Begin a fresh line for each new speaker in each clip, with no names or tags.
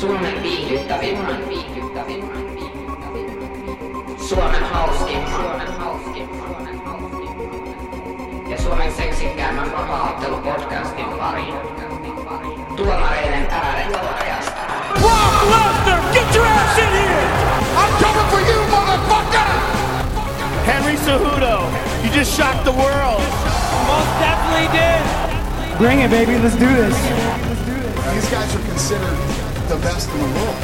Suomen viihdyttävimmän, viihdyttävimmän, viihdyttävimmän. Suomen hauskimman, Suomen hauskimman, Suomen hauskimman. Ja Suomen seksikkäämmän vapaaottelupodcastin pariin. Tuomareiden ääret korjasta.
Brock Lesnar, get your ass in here!
I'm coming for you, motherfucker!
Henry Cejudo, you just shocked the world.
Most definitely did.
Bring it, baby. Let's do this.
These guys are considered the best in the world.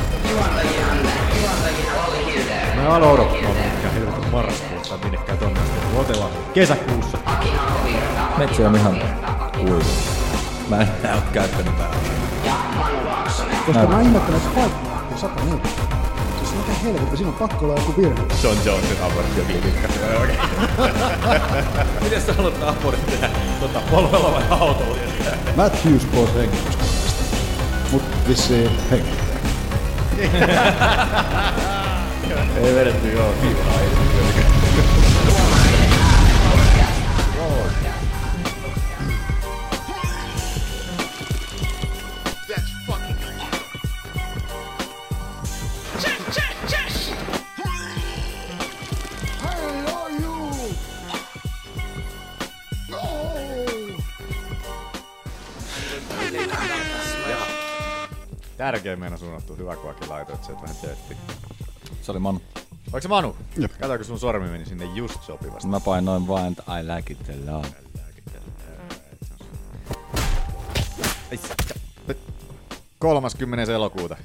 Mä aloin odottaa mikä helvetin marraskuussa tai minnekään tuommoista. Otellaan kesäkuussa.
Metsi on ihan kuivu. Mä en nää oo käyttänyt päällä.
Koska mä ihmettelen, että kaikki on sata niitä. Siis mitä helvettiä, siinä on pakko olla joku virhe.
John Jonesin abortti on viikinkästä.
Miten sä haluat abortin tehdä? Tota, polvella vai autolla?
Matt Hughes pois hengityksestä. Mut vissiin henki.
Ei vedetty joo. Tärkein meidän suunnattu hyvä, kun Aki laitoit sieltä vähän chattiin.
Se oli Manu.
Oliko se Manu?
Jep.
Katsoiko sun sormi meni sinne just sopivasti?
Mm.
Mä painoin vaan, että I like it a lot.
Ai se- se- 30. elokuuta.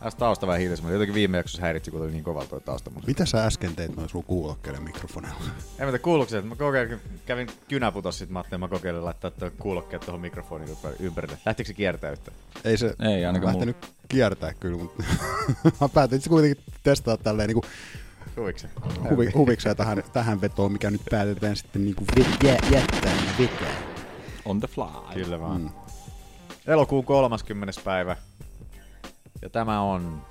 Tässä tausta vähän hiljaisemmin. Jotenkin viime jaksossa häiritsi, kun oli niin kova toi tausta. Mutta
Mitä sä äsken teit noin sun kuulokkeiden mikrofoneilla?
en mä tiedä kuuluuko se, että mä kokeilin, kävin kynäputos sit Matti ja mä kokeilin laittaa toi kuulokkeet tuohon mikrofoniin ympär- ympärille. Lähtikö se kiertää yhtään?
Ei se
Ei ainakaan
lähtenyt kiertää kyllä, mutta mä päätin sitten kuitenkin testata tälleen niinku
Huviksen.
huvi, huvikseen tähän, tähän vetoon, mikä nyt päätetään sitten niinku vet- jä- jättää ja vetää.
On the fly.
Kyllä vaan. Mm. Elokuun 30. päivä. Ja tämä on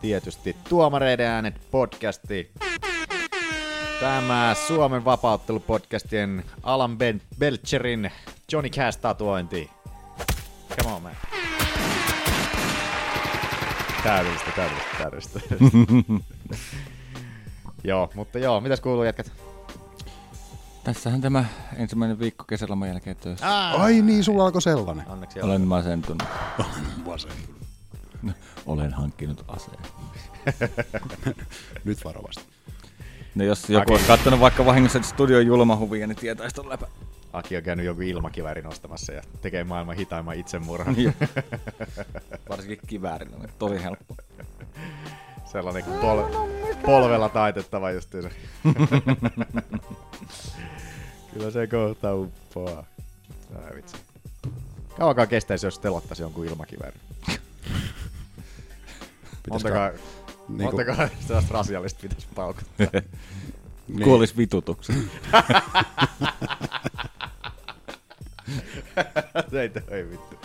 tietysti Tuomareiden äänet podcasti. Tämä Suomen vapauttelupodcastien Alan ben- Belcherin Johnny Cash tatuointi. Come on man. Täydellistä, täydellistä, täydellistä. joo, mutta joo, mitäs kuuluu jätkät?
Tässähän tämä ensimmäinen viikko kesäloman jälkeen töissä.
Ah!
Ai niin, sulla alkoi sellainen.
Onneksi
Olen masentunut.
Vasen.
Olen hankkinut aseen.
Nyt varovasti.
No jos joku olisi kattonut vaikka vahingossa studion julmahuvia, niin tietäisi ton läpä.
Aki on käynyt joku ilmakivärin ostamassa ja tekee maailman hitaimman itsemurhan.
Varsinkin kiväärillä, niin tosi helppo.
Sellainen kuin pol- polvella taitettava justiinsa. Kyllä se kohta uppoaa. Ai vitsi. Kauankaan kestäisi, jos telottaisi jonkun ilmakivärin. Montakaa,
niinku-
montakaa sellaista rasiallista pitäisi paukuttaa.
Niin. Kuolisi vitutuksi.
ei toi vittu.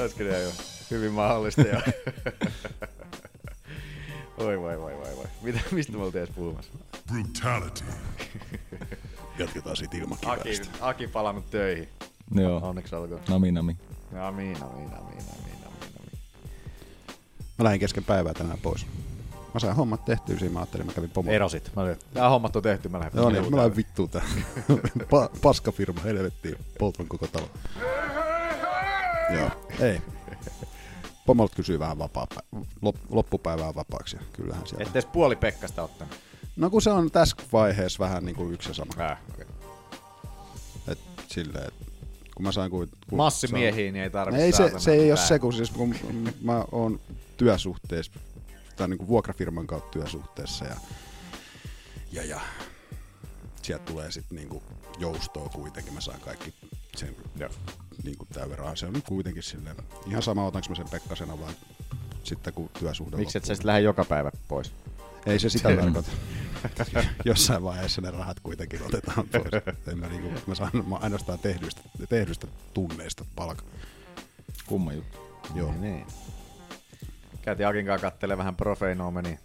Olisiko ne jo hyvin mahdollista ja... Oi vai vai vai vai. Mitä, mistä me oltiin edes puhumassa?
Brutality. Jatketaan siitä
Aki,
ilmakiväästä.
Aki palannut töihin.
Joo.
Onneksi olkoon.
Nami nami.
No.
Nami, nami, nami, nami, nami, nami.
Mä lähdin kesken päivää tänään pois. Mä sain hommat tehtyä siinä, mä ajattelin, mä kävin pomolla.
Erosit. Mä olin, tää hommat on tehty, mä lähden.
Joo niin, mä lähden vittuun tää. Pa- paskafirma, helvettiin, poltan koko talo. Joo, ei. Pomolta kysyy vähän vapaa, lop- loppupäivää vapaaksi, ja kyllähän siellä.
Etteis puoli Pekkasta ottanut.
No kun se on tässä vaiheessa vähän niin kuin yksi ja sama.
Äh, okay.
Et silleen, et kun mä sain kuin... kun
Massimiehiä, niin ei
saa-
tarvitse
Ei se, se ei ole se, kun siis kun mä oon työsuhteessa, tai niin kuin vuokrafirman kautta työsuhteessa ja, ja, ja sieltä tulee sitten niinku joustoa kuitenkin, mä saan kaikki sen
Joo.
niinku tämän verran. Se on nyt kuitenkin silleen, ihan sama otanko mä sen Pekkasena vai sitten kun työsuhde
Miksi et sä
loppuu.
sit lähde joka päivä pois?
Ei se sitä tarkoita. Jossain vaiheessa ne rahat kuitenkin otetaan pois. En mä, niinku, mä saan mä ainoastaan tehdyistä, tehdyistä tunneista palkan.
Kumma juttu.
Joo.
Niin. Käytiin Akin kanssa kattelee vähän profeinomeni.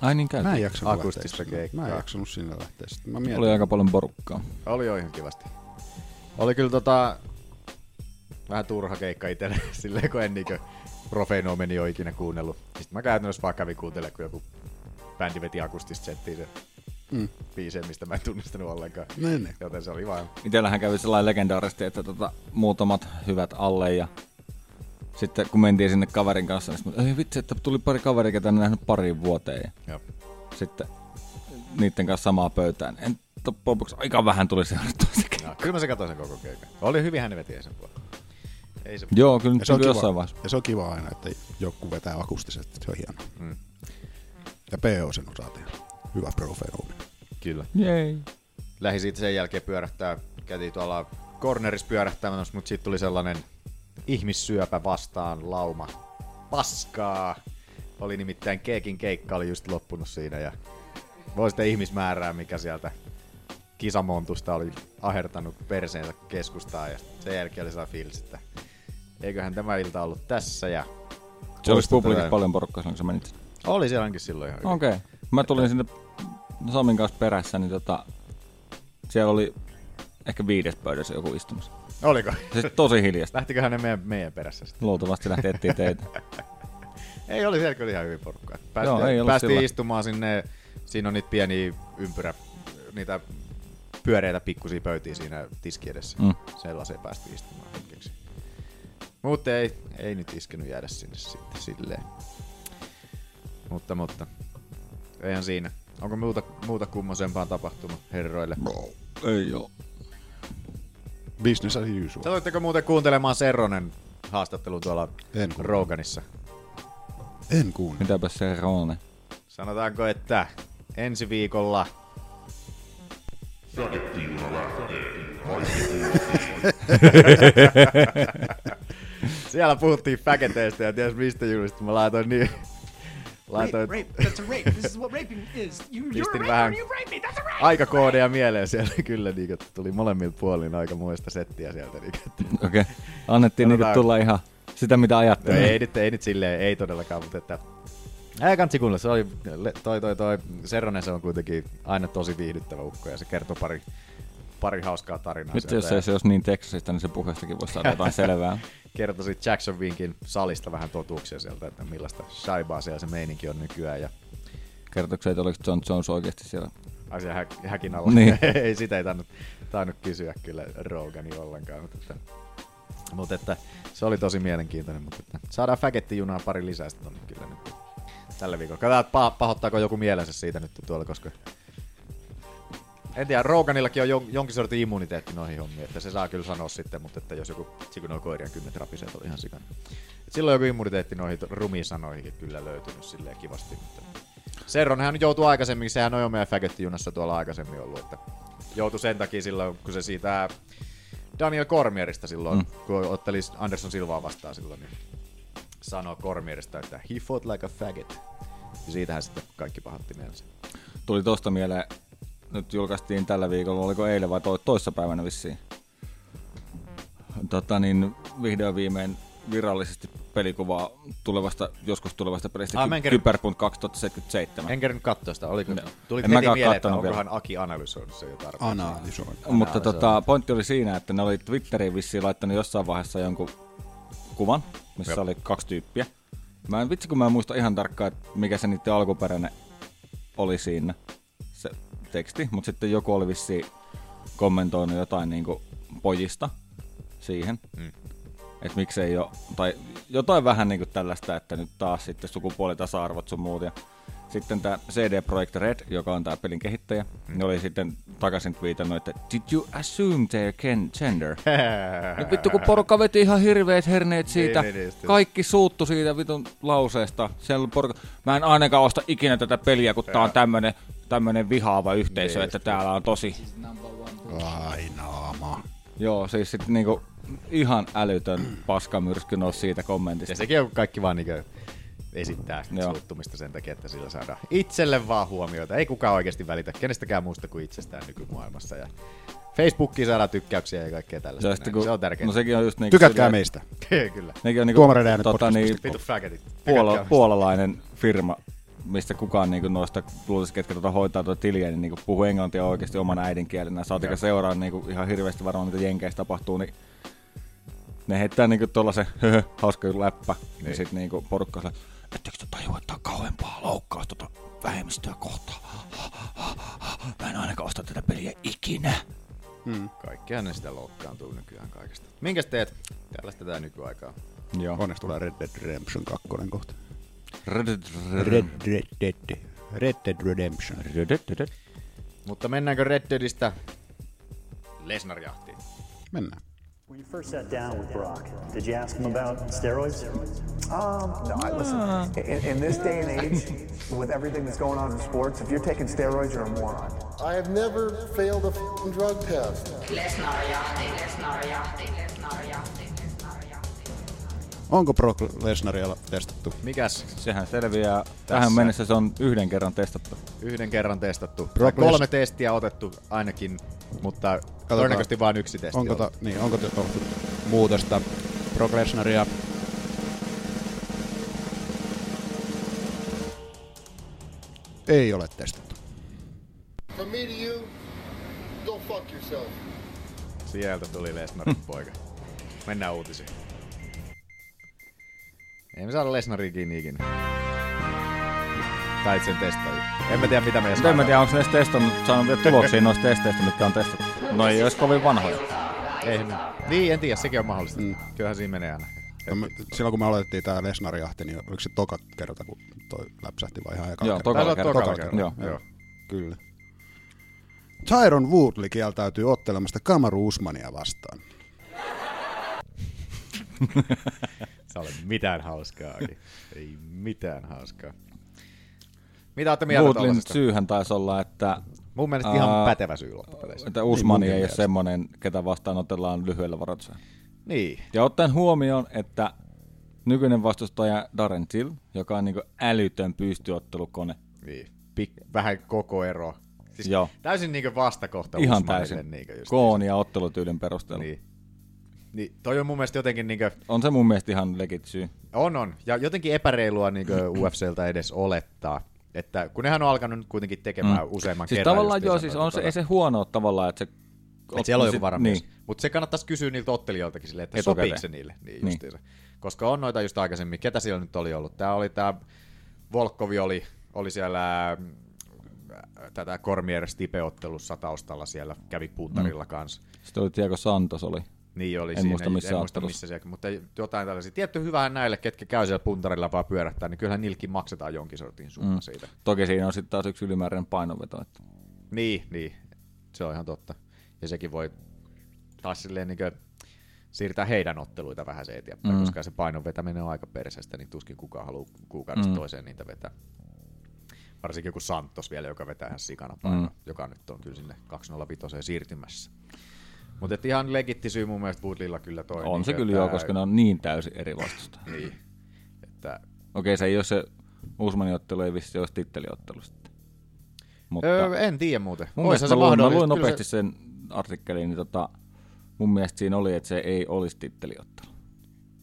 Ai niin käytiin.
Mä en jaksanut
Akustista
lähteä sinne.
keikkaa.
Mä en jaksanut sinne lähteä. Sitten mä mietin.
Oli aika paljon porukkaa.
Oli jo ihan kivasti. Oli kyllä tota... Vähän turha keikka itselle, silleen kun en niinkö profenomen ei ole ikinä kuunnellut. Sitten mä käytännössä vaan kävin kuuntelemaan, kun joku bändi veti akustista settiä se mm. biise, mistä mä en tunnistanut ollenkaan.
Niin, niin.
Joten se oli vaan
Itsellähän kävi sellainen legendaaristi, että tota, muutamat hyvät alle ja sitten kun mentiin sinne kaverin kanssa, niin sitten, ei vitsi, että tuli pari kaveria, ketä en nähnyt pariin vuoteen. Ja
Joo.
sitten niiden kanssa samaa pöytään. En loppujen lopuksi aika vähän tuli seurattua sekä.
No, kyllä mä se katsoin sen koko keikan. Oli hyvin hän veti sen puolella. Ei se...
Joo, kyllä
Ja
nyt
se, on
kyllä
kiva,
jossain vaiheessa.
ja se on kiva aina, että joku vetää akustisesti, se on hieno. Mm. Ja PO sen osaa tehdä. Hyvä profenomi.
Kyllä.
Jei.
lähi siitä sen jälkeen pyörähtää, käytiin tuolla cornerissa pyörähtämässä, mutta sitten tuli sellainen ihmissyöpä vastaan lauma. Paskaa! Oli nimittäin Keekin keikka oli just loppunut siinä ja voi sitä ihmismäärää, mikä sieltä kisamontusta oli ahertanut perseensä keskustaan ja sen jälkeen oli sellainen fiilis, että eiköhän tämä ilta ollut tässä ja
Se olisi
Muistutetaan.
publikissa paljon porukkaa silloin, kun sä menit.
oli siellä ainakin silloin ihan hyvin.
Okei. Okay. Mä tulin sinne Samin kanssa perässä, niin tota, siellä oli ehkä viides pöydässä joku istumassa.
Oliko?
Siis tosi hiljasta.
Lähtiköhän ne meidän, meidän perässä sitten?
Luultavasti lähti etsiä teitä.
Ei, oli siellä kyllä ihan hyvin porukkaa. Päästiin,
Joo, ei ollut
päästiin
sillä.
istumaan sinne, siinä on niitä pieniä ympyrä, niitä pyöreitä pikkusia pöytiä siinä tiski edessä. Mm.
Mm.
Sellaiseen päästiin istumaan hetkeksi. Mutta ei, ei nyt iskenyt jäädä sinne sitten silleen. Mutta, mutta. Eihän siinä. Onko muuta, muuta kummosempaa tapahtunut herroille?
Ei joo.
Business as usual.
Satoitteko muuten kuuntelemaan Serronen haastattelun tuolla
En kuunnellut.
Roganissa?
En kuunnella.
Mitäpä se Roone?
Sanotaanko, että ensi viikolla Siellä puhuttiin fäketeistä ja ties mistä juurista. Mä laitoin niin... Laitoin
Rape, that's a rape. This is what raping is. You, you're a
Pistin
raper,
vähän
you rape me. That's a rape.
aikakoodeja mieleen siellä kyllä, niin kuin tuli molemmilta puolin aika muista settiä sieltä. Niin kuin,
Okei. Okay. Annettiin niinku
Sanotaan-
tulla ihan sitä, mitä
no,
ajattelin.
ei, nyt, ei nyt silleen, ei todellakaan, mutta että... Ei kansi kuunnella, se oli, le- toi, toi, toi, Serronen se on kuitenkin aina tosi viihdyttävä ukko ja se kertoo pari, pari hauskaa tarinaa
Nyt
sieltä
jos
ja
ei se olisi niin Texasista, niin se puheestakin voisi saada jotain selvää.
kertoi sit Jackson Winkin salista vähän totuuksia sieltä, että millaista shaibaa siellä se meininki on nykyään ja
Kertoiko se, että oliko John Jones oikeasti siellä?
asia hä- häkin alla. Niin.
Niin.
ei sitä ei tainnut, tainnut kysyä kyllä Rogani ollenkaan. Mutta että, mutta että, se oli tosi mielenkiintoinen. Mutta että, saadaan fäkettijunaa pari lisää sitten tonne kyllä nyt. Tällä viikolla. Katsotaan, että paha- pahoittaako joku mielensä siitä nyt tuolla, koska... En tiedä, Roganillakin on jon- jonkin sortin immuniteetti noihin hommiin, että se saa kyllä sanoa sitten, mutta että jos joku sikunoi koirien kynnet rapisee, oli ihan sikana. Et Silloin joku immuniteetti noihin to- rumiin sanoihin kyllä löytynyt silleen kivasti, mutta Serronhan nyt joutui aikaisemmin, sehän on jo meidän fagöttijunassa tuolla aikaisemmin ollut, että joutui sen takia silloin, kun se siitä Daniel Cormierista silloin, mm. kun otteli Anderson Silvaa vastaan silloin, niin sanoi Cormierista, että he fought like a faggot. Ja siitähän sitten kaikki pahotti mielensä.
Tuli tosta mieleen, nyt julkaistiin tällä viikolla, oliko eilen vai to- toissapäivänä vissiin. Tota niin, vihdoin viimein virallisesti pelikuvaa tulevasta, joskus tulevasta pelistä
Ah,
ah,
mä en
Ky-
kerran-
Cyberpunk 2077.
En kerran katsoa sitä, oliko? No.
No.
Tuli
Ah. En
heti
mäkään
mieleen, että
kattonut vielä.
onkohan Aki analysoinut se jo tarpeeksi.
Analysoin.
Mutta tota, pointti oli siinä, että ne oli Twitteriin vissiin laittanut jossain vaiheessa jonkun kuvan, missä
Joo.
Jop. oli kaksi tyyppiä. Mä en, vitsi kun mä en muista ihan tarkkaan, että mikä se niiden alkuperäinen oli siinä, se teksti. Mutta sitten joku oli vissiin kommentoinut jotain niinku pojista siihen. Mm. Että miksei ole, tai jotain vähän niinku tällaista, että nyt taas sitten sukupuolitasa-arvot sun muut. Ja sitten tämä CD Projekt Red, joka on tämä pelin kehittäjä, mm. ne oli sitten takaisin twiitannut, että Did you assume their gen- gender? Nyt vittu, kun porukka veti ihan hirveet herneet siitä.
Niin, niin, just.
Kaikki suuttu siitä vitun lauseesta. Siellä oli porukka, mä en ainakaan osta ikinä tätä peliä, kun tää on tämmönen, tämmönen vihaava
Niin,
yhteisö, että täällä on tosi...
Ai naama.
Joo, siis sit niinku ihan älytön paskamyrsky nousi siitä kommentista.
Ja sekin on kaikki vaan niinku esittää sitä
Joo.
suuttumista sen takia, että sillä saadaan itselle vaan huomiota. Ei kukaan oikeasti välitä kenestäkään muusta kuin itsestään nykymaailmassa. Ja Facebookiin saadaan tykkäyksiä ja kaikkea tällaista.
Ja
näin.
sitten kun,
se on tärkeää.
No sekin on just niinku...
Tykätkää
silleen-
meistä.
Kyllä.
Nekin on niinku,
Tuomareiden äänet
tota,
podcastista.
niin,
Vitu faggotit.
puola,
Tykätkää.
puolalainen firma, mistä kukaan niinku noista luulisi, ketkä tota hoitaa tuota tiliä, niin niinku puhuu englantia oikeasti oman äidinkielenä. Saatika seuraa niinku ihan hirveästi varmaan, mitä Jenkeissä tapahtuu, niin Ne heittää niinku tollasen höhö, hauska läppä. Niin. Ja sit niinku porukka sillä, ettekö te tajua, että tää on kauempaa loukkaus tota vähemmistöä kohtaan. Mä en ainakaan osta tätä peliä ikinä.
Mm. Kaikkihan ne sitä loukkaantuu nykyään kaikesta. Minkäs teet? Tällaista tää nykyaikaa.
Joo. Mm-hmm.
Onneksi tulee Red Dead Redemption 2 kohta.
Red, red, red,
Red Red Dead. Red Dead Redemption.
red, red, red.
Mutta mennäänkö Red Deadistä Lesnar-jahtiin?
Mennään.
When you first sat down with Brock, did you ask him about steroids?
Um, no, I listen. In, in this day and age, with everything that's going on in sports, if you're taking steroids, you're a moron.
I have never failed a f***ing drug test.
Lesnar jahti, Lesnar jahti, Lesnar jahti, Lesnar jahti.
Onko Brock Lesnarialla testattu?
Mikäs
Sehän selviää. Tähän mennessä se on yhden kerran testattu.
Yhden kerran testattu. Tai
Brock
kolme
Les-
testiä otettu ainakin, mutta todennäköisesti vain yksi testi.
Onko, ta,
otettu.
niin, onko te, on, muutosta Brock Lesnaria? Ei ole testattu.
From me to you, go fuck yourself.
Sieltä tuli Lesnarin
Hmm.
poika. Mennään uutisiin. Ei me saada Lesnaria kiinni ikinä. Tai sen testaajia. En mä tiedä mitä me edes
Mutta No en mä tiedä,
saadaan.
onko ne edes testannut, saanut vielä tuloksia noista testeistä, mitkä on testattu. No ei olisi kovin vanhoja.
Ei, me- niin, en tiedä, sekin on mahdollista.
Hmm.
Mm. Kyllähän siinä menee aina.
No, me, silloin kun me aloitettiin tää Lesnar-jahti, niin oliko se toka kerta, kun toi läpsähti vai ihan eka
Joo,
kerta?
tokalla
Taisi olla
kertaa.
tokalla
Tokalla
Joo.
kertaa. Joo. Kyllä. Tyron Woodley kieltäytyy ottelemasta Kamaru Usmania vastaan.
Se ole mitään hauskaa. Aki. Ei mitään hauskaa. Mitä olette mieltä
Woodlin
tollasesta?
syyhän taisi olla, että,
Mun mielestä ihan
Aa,
pätevä syy loppupeleissä.
että Usmani
Niin,
ei ole
mielestä.
semmoinen, ketä vastaan otellaan lyhyellä varoitusajalla.
Niin.
Ja ottaen huomioon, että nykyinen vastustaja Darren Till, joka on niin älytön pystyottelukone,
niin. Pik- vähän koko ero. Siis
Joo.
Täysin niinkö vastakohta
ihan
Usmanille
täysin
niinkö just
koon ja ottelutyylin perusteella.
Niin. niin. toi on mun mielestä jotenkin niinkö,
On se mun mielestä ihan legit syy.
on on, ja jotenkin epäreilua niinkö
Mm.
UFCltä edes olettaa. Että kun nehän on alkanut nyt kuitenkin tekemään mm. useamman
Siis
kerran.
tavallaan
just
joo,
jotain
siis on se,
tota-
ei se huono ole tavallaan, että se...
Että siellä on joku
sit-
varamies.
Niin.
Niin. Mutta se kannattaisi kysyä niiltä ottelijoiltakin silleen, että
Etukäteen.
sopiiko se niille. Niin
Niin.
justiinsa. Koska on noita just aikaisemmin, ketä siellä nyt oli ollut. Tää oli tää, Volkovi oli, oli siellä mm, tätä Cormier Stipe-ottelussa taustalla siellä, kävi puuttarilla mm. kanssa.
Sitten oli Diego Santos oli.
Niin oli
En
siinä,
muista missä
en muista
ottelussa.
missä siellä, mutta jotain tällaisia. Tietty hyvähän näille, ketkä käy siellä puntarilla vaan pyörättää, niin kyllähän niilläkin maksetaan jonkin sortin summa mm. siitä.
Toki siinä on sitten taas yksi ylimääräinen painonveto. Että...
Niin, niin. Se on ihan totta. Ja sekin voi taas silleen niin siirtää heidän otteluita vähän se eteenpäin, mm. koska se painon vetäminen on aika perseestä, niin tuskin kukaan haluaa kuukaudesta mm. toiseen niitä vetää. Varsinkin joku Santos vielä, joka vetää ihan sikana painoa, mm. joka nyt on kyllä sinne 205 siirtymässä. Mutta ihan legitti syy mun mielestä Woodlilla kyllä toi.
On se
niinkö,
kyllä
niin että-
joo, koska ne on niin täysin eri vastusta.
Niin, että
Okei, se ei ole se Uusmanin ottelu, ei vissi olisi titteliottelu sitten. Mutta
Öö, en tiedä muuten.
mun
Oishan
mielestä mä luin, mä
mahdollista.
luin
Kyllä se-
nopeasti sen artikkelin, niin tota, mun mielestä siinä oli, että se ei olisi titteliottelu.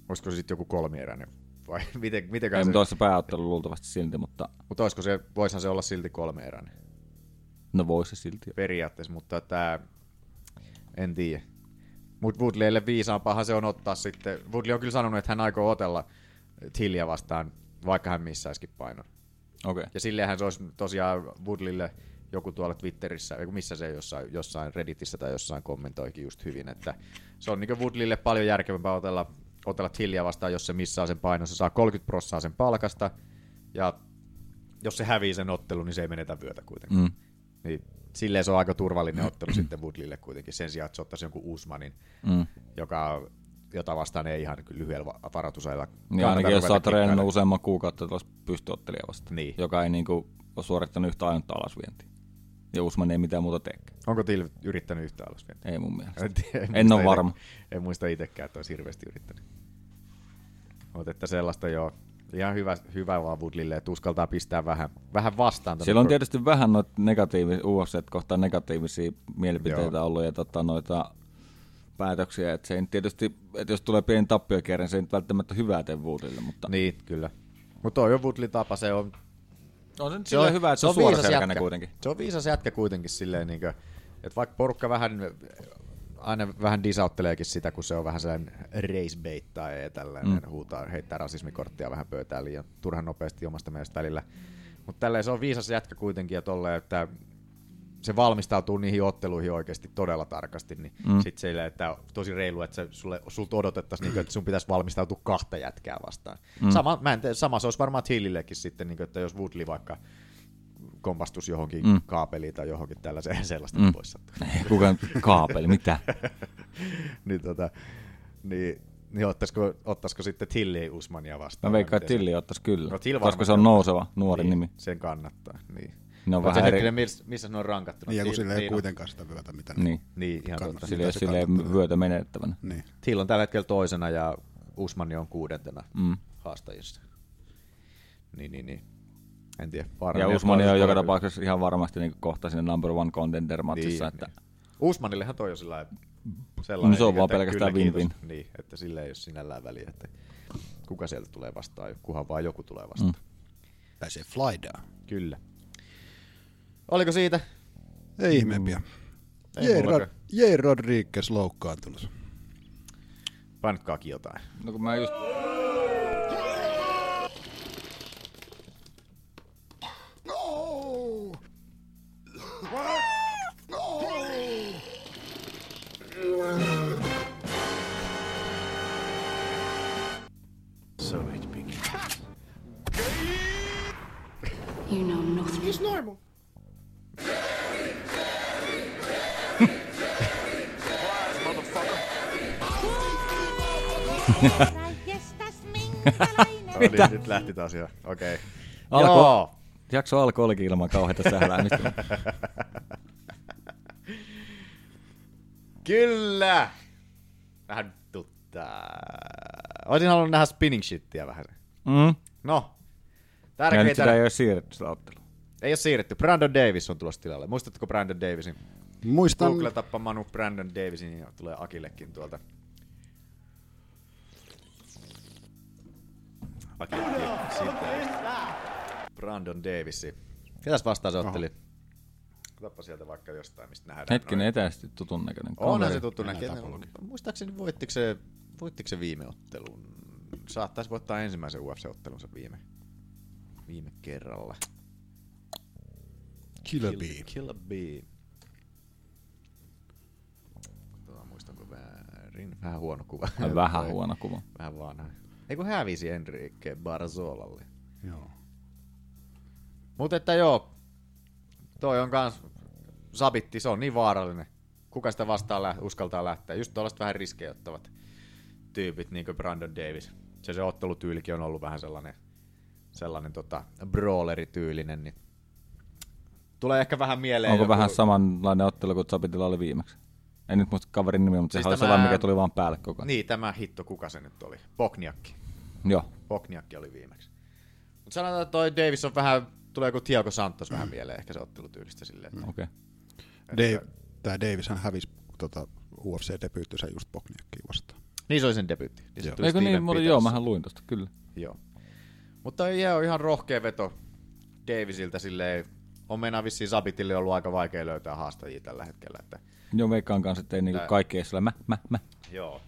Olisiko se sitten joku kolmieräinen? Vai miten,
Ei,
mitenkään
mutta
se...
olisi se pääottelu luultavasti silti, mutta
Mutta olisiko se, voisihan se olla silti kolmeeräinen
no voi se silti. olla.
periaatteessa, mutta tämä, en tiedä. Mutta Woodleylle viisaampahan se on ottaa sitten, Woodley on kyllä sanonut, että hän aikoo otella Tillia vastaan, vaikka hän missäisikin painon.
Okei.
Ja silleenhän se olisi tosiaan Woodlille joku tuolla Twitterissä, ei kun missä se jossain, jossain Redditissä tai jossain kommentoikin just hyvin, että se on niin Woodlille paljon järkevämpää otella, otella Tillia vastaan, jos se missaa sen painon, se saa 30 prossaa sen palkasta, ja jos se hävii sen ottelun, niin se ei menetä vyötä kuitenkaan.
Mm.
Niin, silleen se on aika turvallinen ottelu sitten Woodlille kuitenkin, sen sijaan, että se ottaisi jonkun Usmanin,
Mm.
joka, jota vastaan ei ihan lyhyellä va- varoitusajalla
Niin
kannata
ainakin jos
ruveta
sä oot treenannut
kikkailemaan.
useamman kuukautta niin tuossa pystyottelija vasta,
Niin.
joka ei niinku ole suorittanut yhtä ainutta alasvientiä. Ja Usman ei mitään muuta teekään.
Onko Till yrittänyt yhtä alusta vielä?
Ei mun mielestä.
En, tiedä,
En
muista
ole
ite-
varma.
En muista itsekään, että olisi hirveästi yrittänyt. Mutta että sellaista joo. Ihan hyvä, hyvä vaan Woodlille, että uskaltaa pistää vähän, vähän vastaan. tonne
Siellä on
pro-
tietysti vähän noita negatiivisia, UFC kohtaan negatiivisia mielipiteitä Joo. ollut ja tota, noita päätöksiä. Et se ei nyt tietysti, et jos tulee pieni tappiokierre, niin se ei nyt välttämättä hyvää tee Woodille, mutta niin.
Niin, kyllä. Mutta toi on Woodlin tapa, se on...
on No, se nyt silleen hyvä, että se on, suoraselkäinen kuitenkin.
Se on viisas jätkä kuitenkin silleen, niin kuin, että vaikka porukka vähän aina vähän disautteleekin sitä, kun se on vähän sellainen race bait tai tällainen, mm. huutaa, heittää rasismikorttia vähän pöytään liian turhan nopeasti omasta mielestä välillä. Mutta tälleen se on viisas jätkä kuitenkin ja tolleen, että se valmistautuu niihin otteluihin oikeasti todella tarkasti, niin mm. sit sille, että on tosi reilu, että se, sulle, sulta odotettaisiin, niin kuin, että sun pitäisi valmistautua kahta jätkää vastaan. Mm. Sama, mä en tee, sama se olisi varmaan Hillillekin sitten, niin kuin, että jos Woodley vaikka kompastus johonkin mm. kaapeliin tai johonkin tällaiseen sellaista mm. pois sattuu.
Kuka kaapeli, mitä?
niin tota, niin, niin ottaisiko, ottaisiko sitten Tilli Usmania vastaan?
Mä
vai
veikkaan, että
miten se-
Tilli ottaisi kyllä.
No, Till
Koska se
varmaan
on nouseva
ottaisi.
nuori
niin,
nimi.
Sen kannattaa, niin.
Ne on
Mutta
vähän eri-
hetkinen, miss- missä ne on rankattuna?
Niin, ja kun
Till-
sillä ei
niin, no.
kuitenkaan sitä vyötä, mitä
Niin.
Niin, ihan totta.
Sillä ei ole silleen vyötä menettävänä.
Niin.
Till on tällä hetkellä toisena ja Usmani on kuudentena
Mm.
haastajista. Niin, niin, niin. En tiedä. varmaan
Ja
jos
Usmani on
olisi
joka
parempi.
tapauksessa ihan varmasti niin kohta siinä number one contender-matsissa.
Niin,
että
niin. Usmanillehan toi on sillä sellainen.
No se on
että
vaan pelkästään
kyllä, kiitos.
win-win.
Niin, että sillä ei ole sinällään väliä, että kuka sieltä tulee vastaan, kunhan vaan joku tulee vastaan.
Pääsee flydaan.
Mm.
Kyllä. Oliko siitä?
Ei ihmeempiä.
Mm. Ei
J.
mullakaan.
Rod- J. Rodriguez loukkaantunut.
Painatkaakin jotain.
No kun mä just...
So it begins.
You know nothing.
He's normal.
No niin, nyt lähti taas ihan. Okei.
Alko,
Joo.
Jakso alkoi olikin ilman kauheita sähläämistä.
Kyllä! Vähän tuttaa. Olisin halunnut nähdä spinning shittiä vähän.
Mm.
No,
Ja nyt sitä ei
tärkeitä.
ole siirretty sitä ottelua.
Ei ole siirretty. Brandon Davis on tulossa tilalle. Muistatko Brandon Davisin?
Muistan.
Googletappa Manu Brandon Davisin ja tulee Akillekin tuolta. Akillekin siitä. Brandon Davis. Ketäs vastaan se otteli? Otapa sieltä vaikka jostain, mistä nähdään.
Hetkinen etäisesti tutun näköinen.
Onhan
kaveri.
se tuttu näköinen. Muistaakseni voittiko se, voittiko se viime ottelun? Saattaisi voittaa ensimmäisen UFC-ottelunsa viime, viime kerralla.
Killer Bee.
Killer B. Tota, muistanko väärin? Vähän huono kuva.
Ai, vähän huono kuva.
Vähän vanha. Eikö hävisi Enrique Barzolalle?
Joo.
Mutta että joo, toi on kans sabitti, se on niin vaarallinen. Kuka sitä vastaan lä- uskaltaa lähteä? Just tuollaiset vähän riskejä ottavat tyypit, niin kuin Brandon Davis. Se se ottelutyylikin on ollut vähän sellainen, sellainen tota, brawlerityylinen, niin tulee ehkä vähän mieleen
Onko
joku-
vähän samanlainen ottelu kuin Zabitilla oli viimeksi? En nyt muista kaverin nimeä, mutta
Siis
siis sehän oli
tämä-
sellainen, mikä tuli vaan päälle koko ajan.
Niin, tämä hitto, kuka se nyt oli? Bokniakki. Niin.
Joo.
Bokniakki oli viimeksi. Mutta sanotaan, että toi Davis on vähän, tulee joku Tiago Santos vähän mieleen ehkä se ottelutyylistä silleen. että-
Okei.
Dave, tää Davis hän hävisi tota, UFC-debyyttinsä just Bokniakkiin vastaan.
Niin se oli sen debyytti. Niin se
Joo.
tuli
Eikö
Steven
niin, mulla,
Peters.
joo, mähän luin tosta, kyllä.
Joo. Mutta joo, ihan rohkea veto Davisiltä silleen. On meinaa vissiin Sabitille ollut aika vaikea löytää haastajia tällä hetkellä. Että,
Joo, veikkaan kanssa, että ei niinku
Tää-
kaikki ei sillä mä, mä, mä.
joo.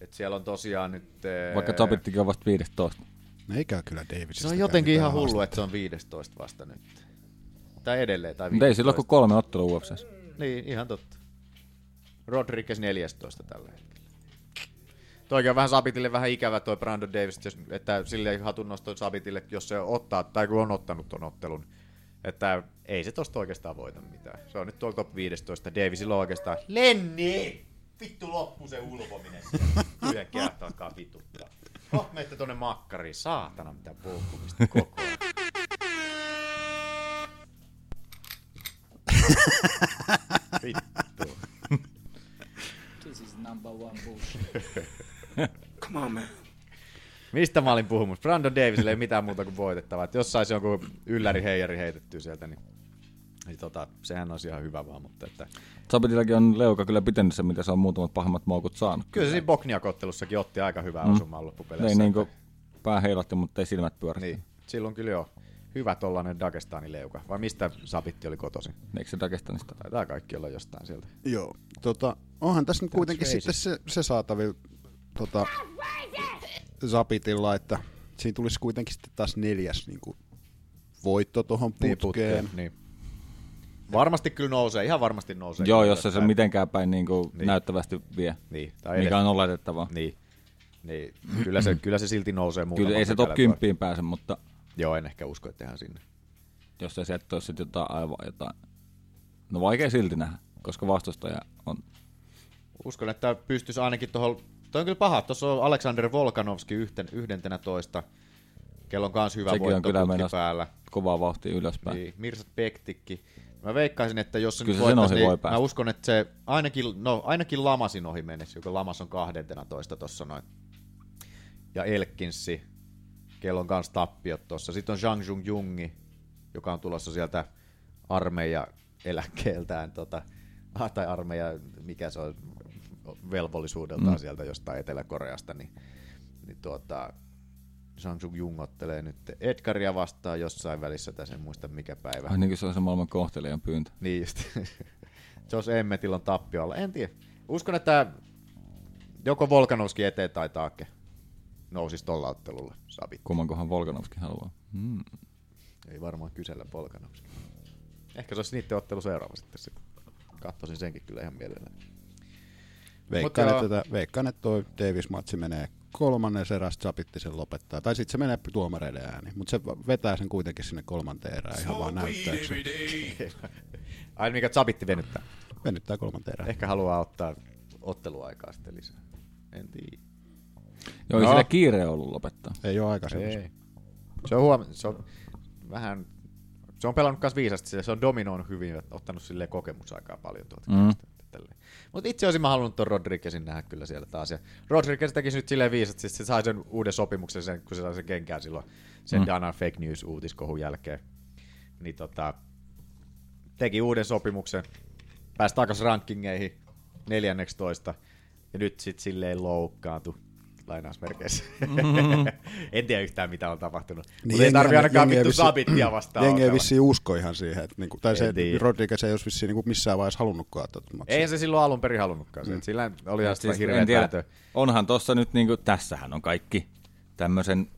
Et siellä on tosiaan nyt... eh, ee,
Vaikka Zabittikin on vasta 15.
No eikä kyllä Davisista.
Se on jotenkin ihan hullu, että se on 15 vasta nyt. Tai edelleen, tai
Mutta ei sillä ole kuin
15.
kolme ottelua UFCs.
Niin, ihan totta. Rodriguez 14 tällä hetkellä. Toikin on vähän Sabitille vähän ikävä toi Brandon Davis, jos, että sille hatunnosto Sabitille, jos se ottaa, tai kun on ottanut ton ottelun, että ei se tosta oikeastaan voita mitään. Se on nyt tuolla top 15, Davisilla on oikeastaan... Lenni! Vittu loppu se ulvominen siellä. Yhden kerran alkaa vituttaa. Oh, meitä tonne makkariin, saatana mitä puhumista koko ajan. Vittu.
This is number one bullshit.
Come on, man. Mistä mä olin puhumassa? Brandon Davisille ei mitään muuta kuin voitettavaa. Et Jos saisi jonkun ylläri heijari heitettyä sieltä, niin, niin tota, sehän olisi ihan hyvä vaan. Mutta että,
Zabitillakin on leuka kyllä pitänyt sen, mitä se on muutamat pahimmat maukut saanut.
kyllä se siinä Boknia-kottelussakin otti aika hyvää mm. osumaa loppupeleissä.
Ei niinku pää heilatti, mutta ei silmät pyörästä.
Niin, silloin kyllä joo. Hyvä tollanen Dagestanileuka. Vai mistä sapitti oli kotosi?
Eikö se Dagestanista?
Taitaa kaikki olla jostain sieltä.
Joo. Tota, onhan tässä nyt kuitenkin
crazy.
sitten se, se saatavilla tota, Zapitilla, että siinä tulisi kuitenkin sitten taas neljäs niin kuin, voitto tuohon putkeen.
Niin, putkeen, niin. Varmasti kyllä nousee, ihan varmasti nousee.
Joo, jos se se mitenkään päin niin kuin niin. näyttävästi vie,
niin. tai edes-
mikä on oletettavaa.
Niin. niin. Kyllä, se, kyllä se silti nousee muutama
Kyllä ei se top
pykälä
10 pääse, mutta
vuosi. Joo, en ehkä usko, että ihan sinne.
jos se sieltä olisi sit jotain aivan jotain. No vaikea silti nähdä, koska vastustaja on.
Uskon, että pystyisi ainakin tuohon... Toi on kyllä paha. Tuossa on Aleksander Volkanovski yhten, yhdentenä toista. Kello on kans hyvä
Sekin on
voitto
kyllä
putki
menossa
päällä.
kovaa vauhtia ylöspäin.
Niin, Mirsat Pektikki. Mä veikkaisin, että jos se
Kyllä
nyt
se sen
voittaisi,
ohi voi
niin
päästä.
mä uskon, että se ainakin, no, ainakin Lamasin ohi menisi, joka Lamas on 12 tuossa noin. Ja Elkinssi, kello on kanssa tappiot tuossa. Sitten on Zhang Jung Jungi, joka on tulossa sieltä armeija eläkkeeltään, tota, ah, tai armeija, mikä se on, velvollisuudeltaan
Mm.
mm. sieltä jostain Etelä-Koreasta, niin, niin tuota, Zhang Jung Jung ottelee nyt Edgaria vastaan jossain välissä, tässä en muista mikä päivä.
Ai niin kuin se on se maailman kohtelijan pyyntö.
Niin just. Jos Emmetillä on tappiolla. En tiedä. Uskon, että joko Volkanovski eteen tai Taake nousisi tuolla ottelulla. Sabit.
Kummankohan Volkanovski haluaa. Hmm.
Ei varmaan kysellä Volkanovski. Ehkä se olisi niiden ottelu seuraava sitten. se. Katsoisin senkin kyllä ihan mielelläni.
Veikkaan,
Mut joo.
että, tätä, veikkaan, että toi Davis-matsi menee kolmannen erästä Zapitti sen lopettaa. Tai sitten se menee tuomareiden ääni, mutta se vetää sen kuitenkin sinne kolmanteen erään ihan vaan näyttääkseen.
Ai mikä Zabitti venyttää.
Venyttää kolmanteen erään.
Ehkä haluaa ottaa otteluaikaa sitten lisää. En tiedä. No.
Joo, ei sillä kiire ollut lopettaa.
Ei ole aikaisemmin.
Ei. Se on huom... Se on vähän... Se on pelannut myös viisasti, sillä se on dominoinut hyvin, ottanut sille kokemusaikaa paljon tuolta.
Mm.
Mutta itse olisin mä halunnut tuon Rodriguezin nähdä kyllä siellä taas. Ja Rodriguez tekisi nyt silleen viisat, siis se sai sen uuden sopimuksen, sen, kun se sai sen kenkään silloin sen
Mm.
mm. Dana fake news uutiskohun jälkeen. Niin tota, teki uuden sopimuksen, pääsi takaisin rankingeihin 14 ja nyt sitten silleen loukkaantui lainausmerkeissä.
Mhm.
en tiedä yhtään mitä on tapahtunut. Mm-hmm. Niin Mutta ei tarvi ainakaan vittu sabittia vastaan.
Jengi ei
otella.
vissiin usko ihan siihen, että niinku, tai
En
se
tiedä.
Rodriguez ei olisi vissiin niinku missään vaiheessa halunnutkaan tätä matsia.
Ei se silloin alun perin halunnutkaan. Mm. Sillä oli ihan siis hirveä
en tiedä.
tääntö.
Onhan tossa nyt, niin kuin, tässähän on kaikki tämmöisen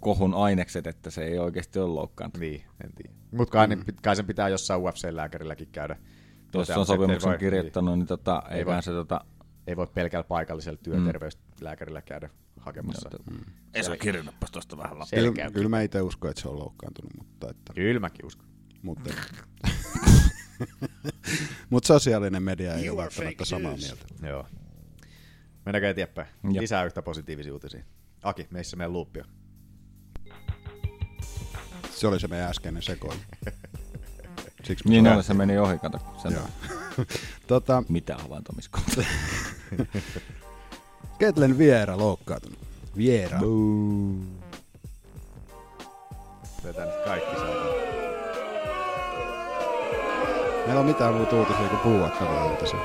kohun ainekset, että se ei oikeasti ole loukkaantunut.
Niin, en tiedä. Mut kai, mm. kai sen pitää jossain UFC-lääkärilläkin käydä.
Tuossa on
toteamassa, ettei
sopimuksen
voi-
kirjoittanut, niin tota, ei, ei
voi-
vähän se tota,
Ei voi pelkällä paikallisella työterveyslääkärillä käydä hakemassa. Mm.
Ei se ole kirjoitappas tosta vähän lapaa.
Kyllä, kyllä mä itse uskon, että se on loukkaantunut, mutta että...
Kyllä mäkin uskon.
Mutta, mutta sosiaalinen media ei ole välttämättä samaa mieltä.
Joo. Mennäänkö eteenpäin?
Joo.
Lisää yhtä positiivisia uutisia. Aki, meissä meidän luuppi on.
Se oli se meidän äskeinen sekoilu. Siksi
Niin
sanoin.
oli, se meni ohi, kato. Sen
Joo. tota,
Mitä havaintomiskohta?
Ketlen Viera loukkaantunut. Viera. Boo.
Tätä nyt kaikki saa.
Meillä on mitään muuta uutisia kuin puuattavaa uutisia.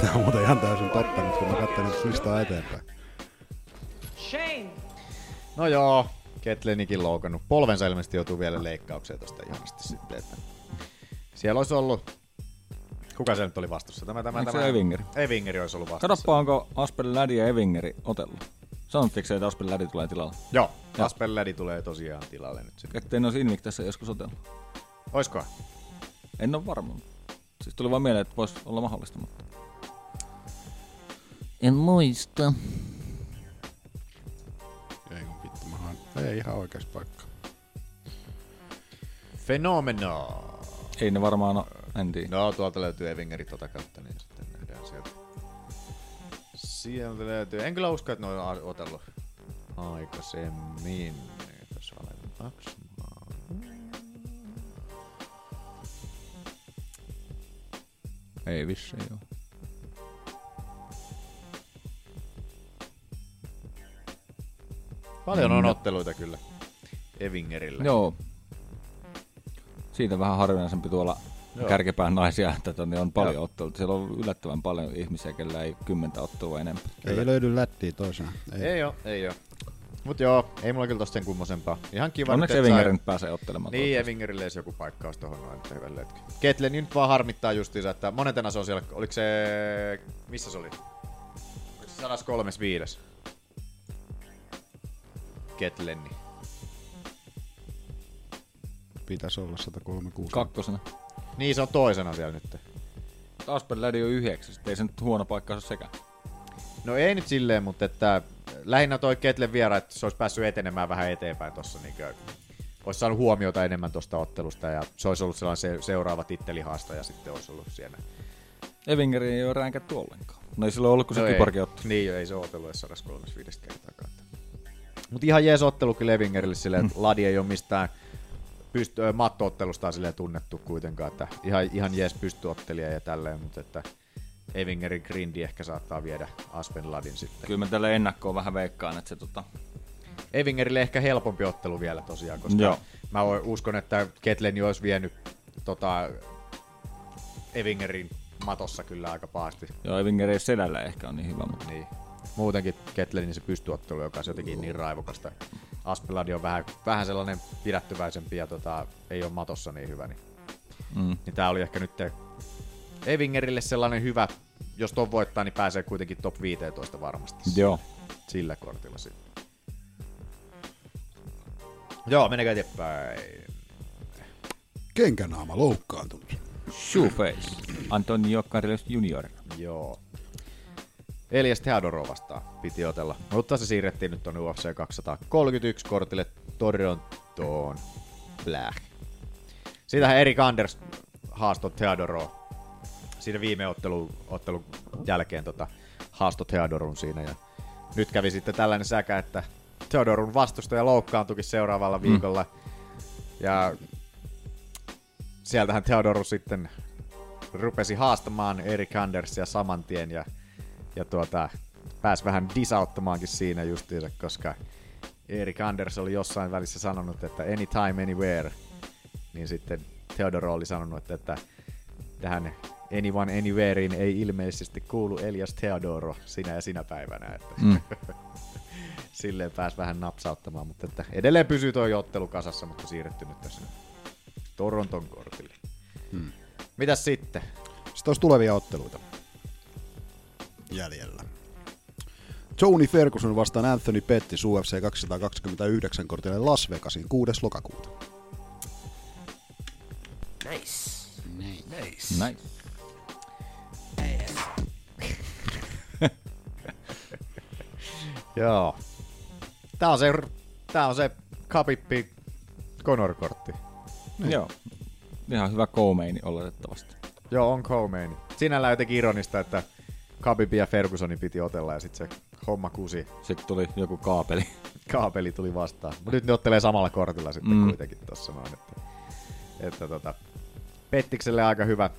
Tämä on muuten ihan täysin totta, mutta kun mä katselin nyt listaa eteenpäin.
Shame.
No joo, Ketlenikin loukannut. Polvensa ilmeisesti joutuu vielä leikkaukseen tosta ihanasti sitten. Että siellä olisi ollut... Kuka se nyt oli vastuussa? Tämä, tämä,
Eikö se
tämä.
Evingeri?
Evingeri olisi ollut vastuussa.
Katsoppa, onko Aspen Lädi ja Evingeri otellut. Sanotteko se, että Aspen Lädi tulee tilalle?
Joo, Aspen Lädi tulee tosiaan tilalle nyt sitten.
Ettei ne olisi Invictassa joskus otellut.
Oisko?
En ole varma. Siis tuli vaan mieleen, että voisi olla mahdollista, mutta... En muista.
Ei kun vittu, mä haan. Ei ihan oikeas paikka.
Fenomeno!
Ei ne varmaan ole, en tiedä.
No, tuolta löytyy Evingeri tota kautta, niin sitten nähdään sieltä. Sieltä löytyy. En kyllä usko, että ne on a- otellut aikaisemmin. Tässä alennetaanko?
Ei vissi, joo.
Paljon on
No.
otteluita kyllä Evingerillä.
Joo. Siitä vähän harvinaisempi tuolla
Joo.
kärkipään naisia, että tonne on paljon
Joo.
otteluita. Siellä on yllättävän paljon ihmisiä, kellä ei kymmentä ottelua enempää.
Ei löydy lättiä toisaan.
Ei oo, ei oo. Mut joo, ei mulla kyllä tosta sen kummosempaa. Ihan kiva.
Onneksi
nyt, et
Evinger
sai-
nyt pääsee ottelemaan
Niin, Evingerille edes joku paikkaus tohon noin, että hyvällä hetki. Ketleni nyt vaan harmittaa justiinsa, että monentena se on siellä, oliko se, missä se oli? Oliko se 135? Ketlenni.
Pitäisi olla 136.
Kakkosena.
Niin, se on toisena siellä nyt.
Aspen Lädi on yhdeksäs, ei se nyt huono paikka ole sekään.
No ei nyt silleen, mutta että lähinnä toi Ketlen viera, että se olisi päässyt etenemään vähän eteenpäin tossa niin olisi saanut huomiota enemmän tuosta ottelusta ja se olisi ollut sellainen se, seuraava tittelihaastaja sitten olisi ollut siellä.
Evingeri ei ole ränkätty ollenkaan. No ei silloin ollut, kun se
ei.
kiparki otti.
Niin, ei se ole otellut edes 135 kertaa. Mutta ihan jees ottelu kyllä Evingerille silleen, että Ladi ei ole mistään pyst- ö, mattoottelustaan silleen tunnettu kuitenkaan, että ihan, ihan jees pystyottelija ja tälleen, mutta että Evingerin grindi ehkä saattaa viedä Aspen Ladin sitten.
Kyllä mä tälle ennakkoon vähän veikkaan, että se tota...
Evingerille ehkä helpompi ottelu vielä tosiaan, koska
Joo.
mä voi- uskon, että Ketleni olisi vienyt tota, Evingerin matossa kyllä aika pahasti.
Joo, Evinger ei selällä ehkä on niin hyvä, mutta...
Niin. Muutenkin Ketlenin se pystyottelu, joka on jotenkin niin raivokasta. Aspeladi on vähän, vähän sellainen pidättyväisempi ja tota, ei ole matossa niin hyvä. Niin,
Mm.
niin tämä oli ehkä nyt Evingerille sellainen hyvä, jos ton voittaa, niin pääsee kuitenkin top 15 varmasti.
Joo.
Sillä kortilla sitten. Joo, meneekö eteenpäin?
Kenkänaama loukkaantunut.
Shoeface. Antonio Carlos Junior.
Joo. Elias Theodoro vastaan piti otella, mutta se siirrettiin nyt tuonne UFC 231 kortille Torontoon. Bläh. Siitähän Erik Anders haastoi Theodoroa siinä viime ottelun, ottelun jälkeen tota, haastoi Theodorun siinä. Ja nyt kävi sitten tällainen säkä, että Theodorun vastustaja loukkaantuikin seuraavalla viikolla. Ja sieltähän Theodoru sitten rupesi haastamaan Erik Andersia saman tien ja, ja tuota, pääsi vähän disauttamaankin siinä justiinsa, koska Erik Anders oli jossain välissä sanonut, että anytime, anywhere, niin sitten Theodoro oli sanonut, että tähän anyone, anywherein ei ilmeisesti kuulu Elias Theodoro sinä ja sinä päivänä. Että
Mm.
Silleen pääsi vähän napsauttamaan, mutta että edelleen pysyy toi ottelu kasassa, mutta siirretty nyt tässä Toronton kortille.
Hmm.
Mitäs sitten?
Sitten olisi tulevia otteluita jäljellä. Tony Ferguson vastaan Anthony Pettis UFC 229 kortille Las Vegasin 6. lokakuuta.
Nice. Nice.
Nice.
Joo. Tää on se, tää on se kapippi Conor-kortti.
Niin. Joo. Ihan hyvä koumeini oletettavasti.
Joo, on Comain. Sinällään jotenkin ironista, että Khabib ja Fergusonin piti otella ja sitten se homma kusi.
Sitten tuli joku kaapeli.
Kaapeli tuli vastaan. Mut nyt ne ottelee samalla kortilla sitten
Mm.
mm. kuitenkin tossa noin. Että, että tota, Pettikselle aika hyvä,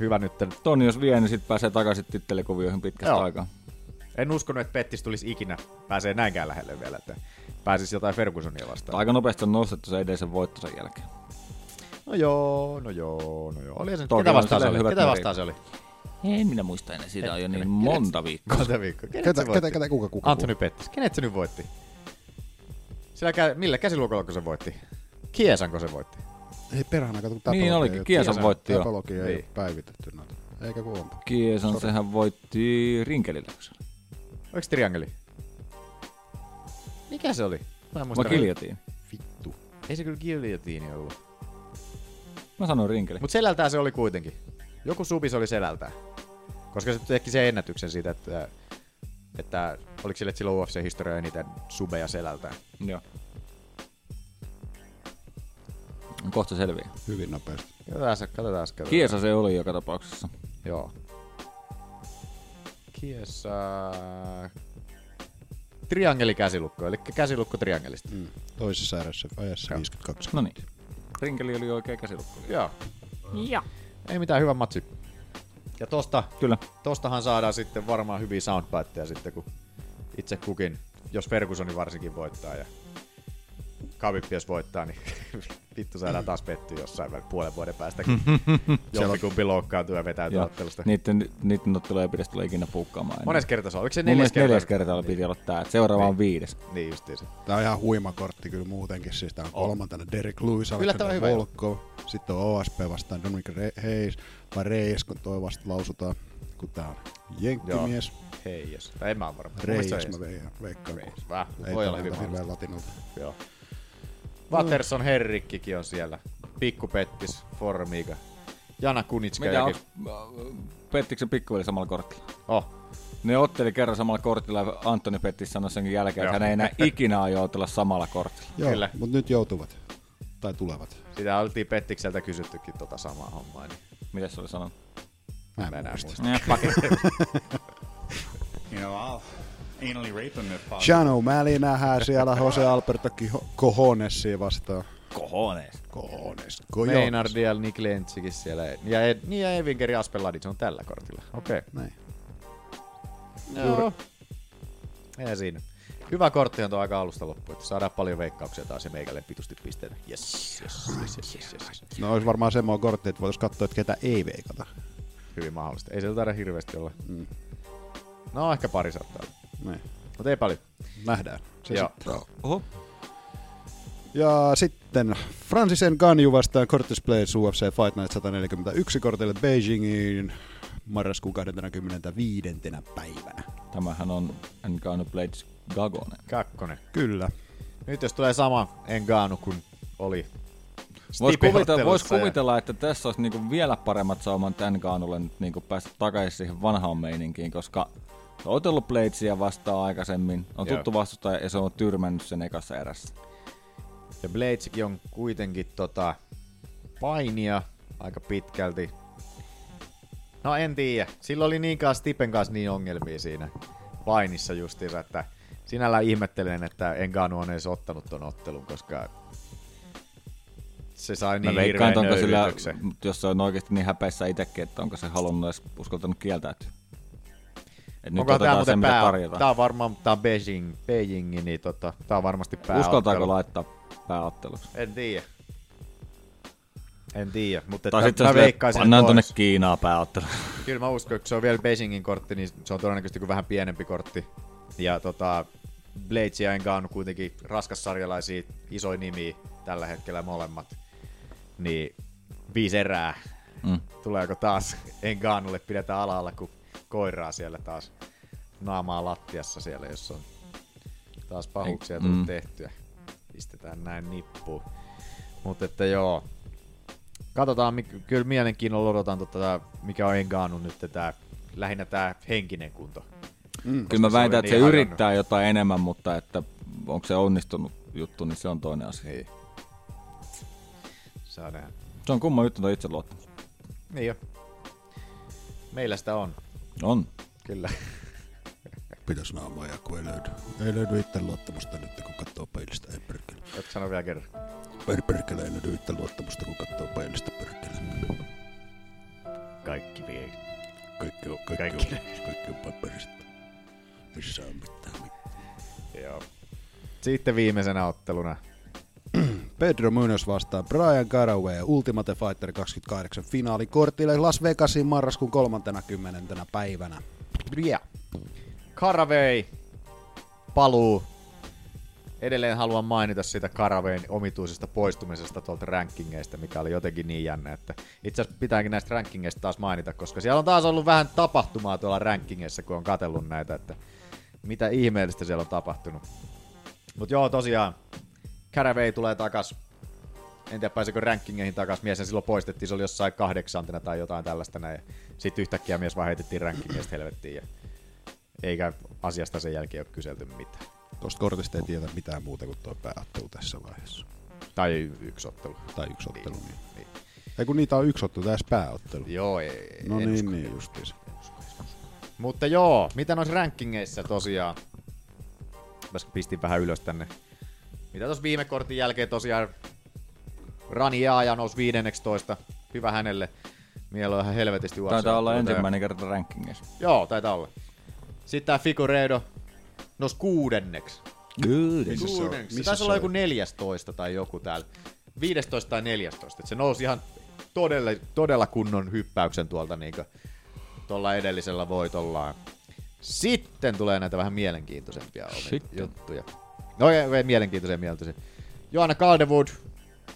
hyvä nyt.
Toni jos vie, niin sitten pääsee takaisin tittelikuvioihin pitkästä
Joo.
aikaa.
En uskonut, että Pettis tulisi ikinä pääsee näinkään lähelle vielä, että pääsisi jotain Fergusonia vastaan.
Aika nopeasti on nostettu se edellisen voitto sen jälkeen.
No joo, no joo, no joo. Oli se nyt,
Toki
ketä
on
vastaan se
tasan
oli?
hyvät
Ketä
värit.
vastaan se oli?
En minä muista enää, siitä on jo niin
Hetkinen, kenet-
monta viikkoa.
Monta viikkoa. Kenet
Ketä-
se voitti?
ketä- ketä- kuka- kuka-
Anthony Pettis. Kenet se nyt voitti? Sillä kä- millä käsiluokolla se voitti? Kiesanko se voitti?
Ei perhana, kato kun
Niin
tapologia
olikin,
ei ole-
Kiesan voitti jo.
Tapologia ei
Niin.
ole päivitetty noita. Eikä kun onpa.
Kiesan,
Sori.
sehän voitti rinkelillä. eikö se ole?
Oliko triangeli? Mikä se oli? Mä en muista
Vai
enää.
kiljotiin?
Vittu.
Ei se kyllä giljotiini ollut.
Mä sanon rinkeli.
Mut selältään se oli kuitenkin. Joku subis oli selältään. Koska se teki sen ennätyksen siitä, että, että oliko sille silloin UFC-historia eniten subeja selältään.
Joo. Kohta selviää.
Hyvin nopeasti.
Katsotaan, katsotaan, katsotaan.
Kiesa se oli joka tapauksessa.
Joo. Kiesa... Triangeli käsilukko, eli käsilukko triangelista.
Mm. Toisessa ääressä ajassa 52.
No niin. Rinkeli oli oikea käsilukko.
Joo. Joo. Ei mitään, hyvä matsi. Ja tosta,
Kyllä.
tostahan saadaan sitten varmaan hyviä soundbiteja sitten, kun itse kukin, jos Fergusoni varsinkin voittaa. Ja Kavippi jos voittaa, niin vittu saadaan taas pettyä jossain väl- puolen vuoden päästä, kun jompikumpi loukkaantuu ja vetäytyy
Joo.
ottelusta.
Niiden, niiden otteluja pitäisi tulla ikinä pukkaamaan. enää.
Mones kerta se on? Oliko se
Mun
neljäs
mielestä
kerta?
neljäs kertaa piti olla tää. että Seuraava
Niin.
on viides.
Niin justiin se.
Tää on ihan huima kortti kyllä muutenkin. Siis tää on kolmantena Derek Lewis,
Yllättävän
Alexander
hyvä jo.
Volkov, sitten on OSP vastaan Dominic Re- Hayes, vai Reyes, kun toi vasta lausutaan, kun tää on jenkkimies.
Hei, jos. Tai en mä oo varma. Mun
Reyes,
mielestä se on
mä
Hayes.
veikkaan- veikkaan. kun-
Reyes. Väh,
ei
voi
tää
olla hyvin
näytä hirveän
mahdollista.
latinalta.
Joo. Patterson Herrikkikin on siellä. Pikku Pettis, Formiga. Jana Kunitska.
Mitä
jokin-
onks, pettikö se pikkuveli samalla kortilla?
Oh.
Ne otteli kerran samalla kortilla ja Antoni Pettis sanoi sen jälkeen, että
Joo.
hän ei enää ikinä aio otella samalla kortilla.
Joo,
Kyllä.
mutta nyt joutuvat. Tai tulevat.
Sitä oltiin Pettikseltä kysyttykin tota samaa hommaa. Niin.
Mitäs se oli sanonut? Äh,
Mä en
enää
muista.
muista.
You know, I'll anally rape him if possible.
Sean O'Malley nähdään siellä Jose Alberto Cohonessia vastaan.
Kohones.
Kohones.
Maynard ja Nick Lentsikin siellä. Ja, Ed, niin ja Evinkeri Aspeladin, se on tällä kortilla. Okei.
Näin.
Joo. Ei siinä. Hyvä kortti on tuo aika alusta loppuun, että saadaan paljon veikkauksia taas ja meikälle pitusti pisteitä. Yes, yes, yes, yes, yes, yes.
No olisi varmaan semmoinen kortti, että voitaisiin katsoa, että ketä ei veikata.
Hyvin mahdollista. Ei sillä taida hirveästi olla. Mm. No ehkä pari saattaa olla.
Niin.
Mutta ei paljon.
Nähdään. Se
Joo.
Oho.
Ja sitten Francis N. Ganju vastaan Curtis Blades UFC Fight Night 141 kortille Beijingin marraskuun 25. päivänä.
Tämähän on Ngannou Blades Gagonen.
Kakkonen.
Kyllä.
Nyt jos tulee sama Engaanu kuin oli
Voisi kuvitella, vois
Stipe-ottelussa ja-
kuvitella, että tässä olisi niinku vielä paremmat sauman tän kaanulle nyt niinku päästä takaisin siihen vanhaan meininkiin, koska se on otellut Bladesia vastaan aikaisemmin, on
Joo.
tuttu vastustaja ja se on tyrmännyt sen ekassa erässä.
Ja Bladesikin on kuitenkin tota, painia aika pitkälti. No en tiedä. Sillä oli niin kanssa Stipen kanssa niin ongelmia siinä painissa justiinsa, että sinällään ihmettelen, että Engano on edes ottanut ton ottelun, koska se sai niin
Mä veikkaan,
hirveän
että onko sillä,
nöyryytyksen.
mut jos se on oikeasti niin häpeissä itsekin, että onko se halunnut edes uskaltanut kieltäytyä. Et nyt
Onko tämä
otetaan se,
muuten
mitä
pää...
tarjotaan.
Tämä on varmaan, tämä on Beijing, Beijing niin tota, tämä on varmasti pääottelu.
Uskaltaako laittaa pääotteluksi?
En tiedä. En tiedä, mutta
Tai
että
sitten
mä veikkaisin, Mm,
pannaan
että
tonne
olisi.
Kiinaa pääotteluksi.
Kyllä mä uskon, että se on vielä Beijingin kortti, niin se on todennäköisesti kuin vähän pienempi kortti. Ja tota, Blades ja Engano kuitenkin raskas sarjalaisia, isoja nimiä tällä hetkellä molemmat. Niin viisi erää.
Mm.
Tuleeko taas Enganolle pidetään alalla, kun koiraa siellä taas naamaa lattiassa siellä, jos on taas pahuksia
Ei-
tullut
mm.
tehtyä. Pistetään näin nippuun. Mutta että joo, Katsotaan, mi- kyllä mielenkiinnolla odotan, tota, mikä on Engaanun nyt tämä, lähinnä tämä henkinen kunto.
Mm.
Koska
Kyllä mä
se oli
väitän, että se
niin hajonnut.
yrittää jotain enemmän, mutta että onko se onnistunut juttu, niin se on toinen asia.
Ei. Saa nähdä.
Se on kumma juttu, toi itseluottamus.
Niin jo. Meillä sitä on.
On.
Kyllä.
Pitäis naamaa ja kun ei löydy, ei löydy itse luottamusta nyt, kun katsoo peilistä, ei perkele.
Et sano vielä kerran.
Ei perkele, ei löydy itse luottamusta, kun katsoo peilistä, perkele.
Kaikki vie.
Kaikki on, kaikki,
Kaikki.
On, kaikki on paperista. Missä on mitään.
Joo. Sitten viimeisenä otteluna.
Pedro Munoz vastaa Brian Caraway Ultimate Fighter 28 finaalin kortille Las Vegasin marraskuun 30. päivänä.
Yeah. Karavei paluu. Edelleen haluan mainita siitä Karavein omituisesta poistumisesta tuolta rankingeista, mikä oli jotenkin niin jännä, että itse asiassa pitääkin näistä rankingeista taas mainita, koska siellä on taas ollut vähän tapahtumaa tuolla rankingeissa, kun on katsellut näitä, että mitä ihmeellistä siellä on tapahtunut. Mutta joo, tosiaan, Caravei tulee takas. En tiedä, pääsikö rankingeihin takas. Mies silloin poistettiin, se oli jossain kahdeksantena tai jotain tällaista näin. Sitten yhtäkkiä mies vaan heitettiin rankingeista helvettiin. Ja... Eikä asiasta sen jälkeen ole kyselty mitään.
Tuosta kortista ei tiedä mitään muuta kuin tuo pääottelu tässä vaiheessa.
Tai y- yksi ottelu.
Tai yksi ottelu, niin.
niin.
Ei kun niitä on yksi ottelu, tässä pääottelu.
Joo, ei,
No
en
niin,
usko.
niin justiinsa.
Mutta joo, mitä noissa rankingeissa tosiaan? Mä pistin vähän ylös tänne. Mitä tuossa viime kortin jälkeen tosiaan Rani Jaaja nousi 15. Hyvä hänelle. Miellä on ihan helvetisti tuota UFC.
Taitaa olla ensimmäinen kerta rankingissa.
Joo, taitaa olla. Sitten tää Figuredo nousi kuudenneksi. Good.
Missä se on?
Se
Missä
taisi
se
olla
on?
joku 14 tai joku täällä. 15 tai 14. Et se nousi ihan todella, todella kunnon hyppäyksen tuolta niinku tuolla edellisellä voitollaan. Sitten tulee näitä vähän mielenkiintoisempia omi- juttuja. No ei, ei mielenkiintoisia mielenkiintoisia. Joanna Calderwood,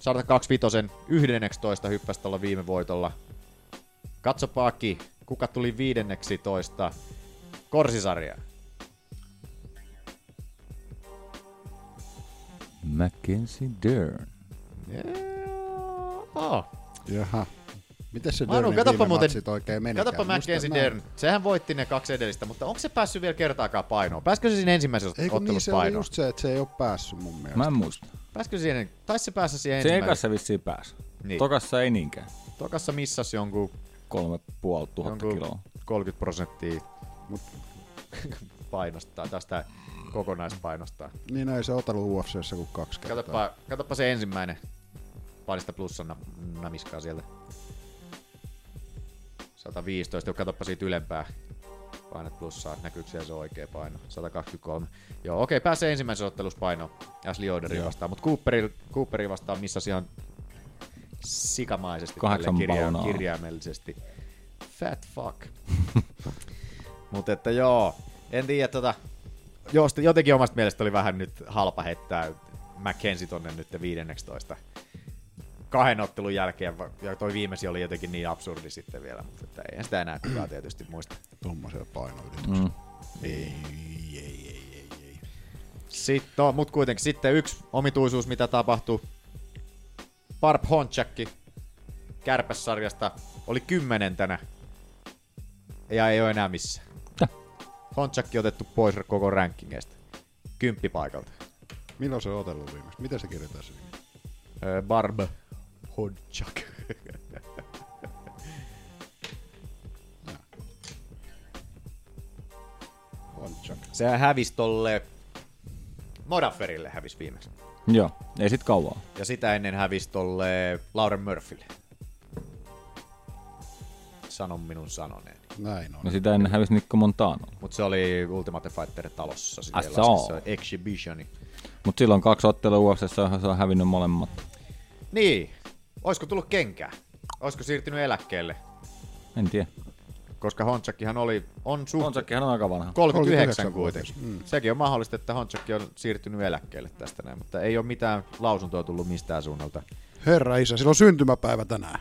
125, 11 hyppäsi tuolla viime voitolla. Katsopaakin, kuka tuli 15 korsisarjaa.
Mackenzie Dern.
Oh.
Jaha. Miten se
Manu,
Dörnin
katoppa
viime
muuten,
matsit oikein menikään?
katoppa McKenzie
Musta-
Dern. Sehän voitti ne kaksi edellistä, mutta onko se päässyt vielä kertaakaan painoon? Pääskö se siinä ensimmäisessä
Ei kun niin,
ottelussa
se oli
painoon?
just se, että se ei ole päässyt mun mielestä.
Mä en muista.
Pääskö siihen? Taisi se päässä siihen
Se
ensimmäiseen.
ekassa vissiin pääsi.
Niin.
Niin. Tokassa ei niinkään.
Tokassa missasi jonkun...
Kolme puoli tuhatta
jonkun
kiloa.
30 prosenttia mut painostaa, tästä kokonaispainosta.
Niin no, ei se otellut UFCssä kuin kaksi kertaa.
Katoppa, katoppa se ensimmäinen parista plussana namiskaa sieltä. 115, katoppa siitä ylempää. Painat plussaa, näkyykö siellä se oikea paino? 123. Joo, okei, pääsee ensimmäisessä ottelussa painoon Ashley Oderin
Joo.
vastaan, mutta Cooperi, Cooperi vastaan missä ihan sikamaisesti
Kahdeksan
tälle
paunaa.
kirjaimellisesti. Fat fuck. Mutta että joo, en tiedä tota, josta, jotenkin omasta mielestä oli vähän nyt halpa heittää McKenzie tonne nyt 15 kahden ottelun jälkeen, va- ja toi viimeisin oli jotenkin niin absurdi sitten vielä, mutta että eihän sitä enää kukaan tietysti muista.
Tuommoisen painoyrityksen.
Mm. Ei, ei, ei, ei, ei. Sitten, no, mut kuitenkin sitten yksi omituisuus, mitä tapahtui. Barb Honchakki kärpässarjasta oli kymmenentenä ja ei ole enää missään. Honchakki otettu pois koko rankingeista. Kymppipaikalta.
Milloin se on otellut viimeksi? Miten se kirjoittaa se nimi?
Ö, Barb Honchak.
Honchak.
Sehän hävisi tolle Modaferille hävisi viimeksi.
Joo, ei sit kauaa.
Ja sitä ennen hävisi tolle Lauren Murphylle. Sanon minun sanoneen.
Näin on.
No sitä ennen hävisi Nikko Montano.
Mutta se oli Ultimate Fighter talossa.
Ah,
Sitten
se on.
Exhibitioni.
Mut silloin kaksi ottelua UFC, se on hävinnyt molemmat.
Niin, olisiko tullut kenkää? Olisiko siirtynyt eläkkeelle?
En tiedä.
Koska Honchakkihan oli, on suht...
Honchakkihan on aika vanha.
39
39-vuotias.
kuitenkin. Mm. Sekin on mahdollista, että Honchakki on siirtynyt eläkkeelle tästä näin, mutta ei ole mitään lausuntoa tullut mistään suunnalta.
Herra isä, sillä on syntymäpäivä tänään.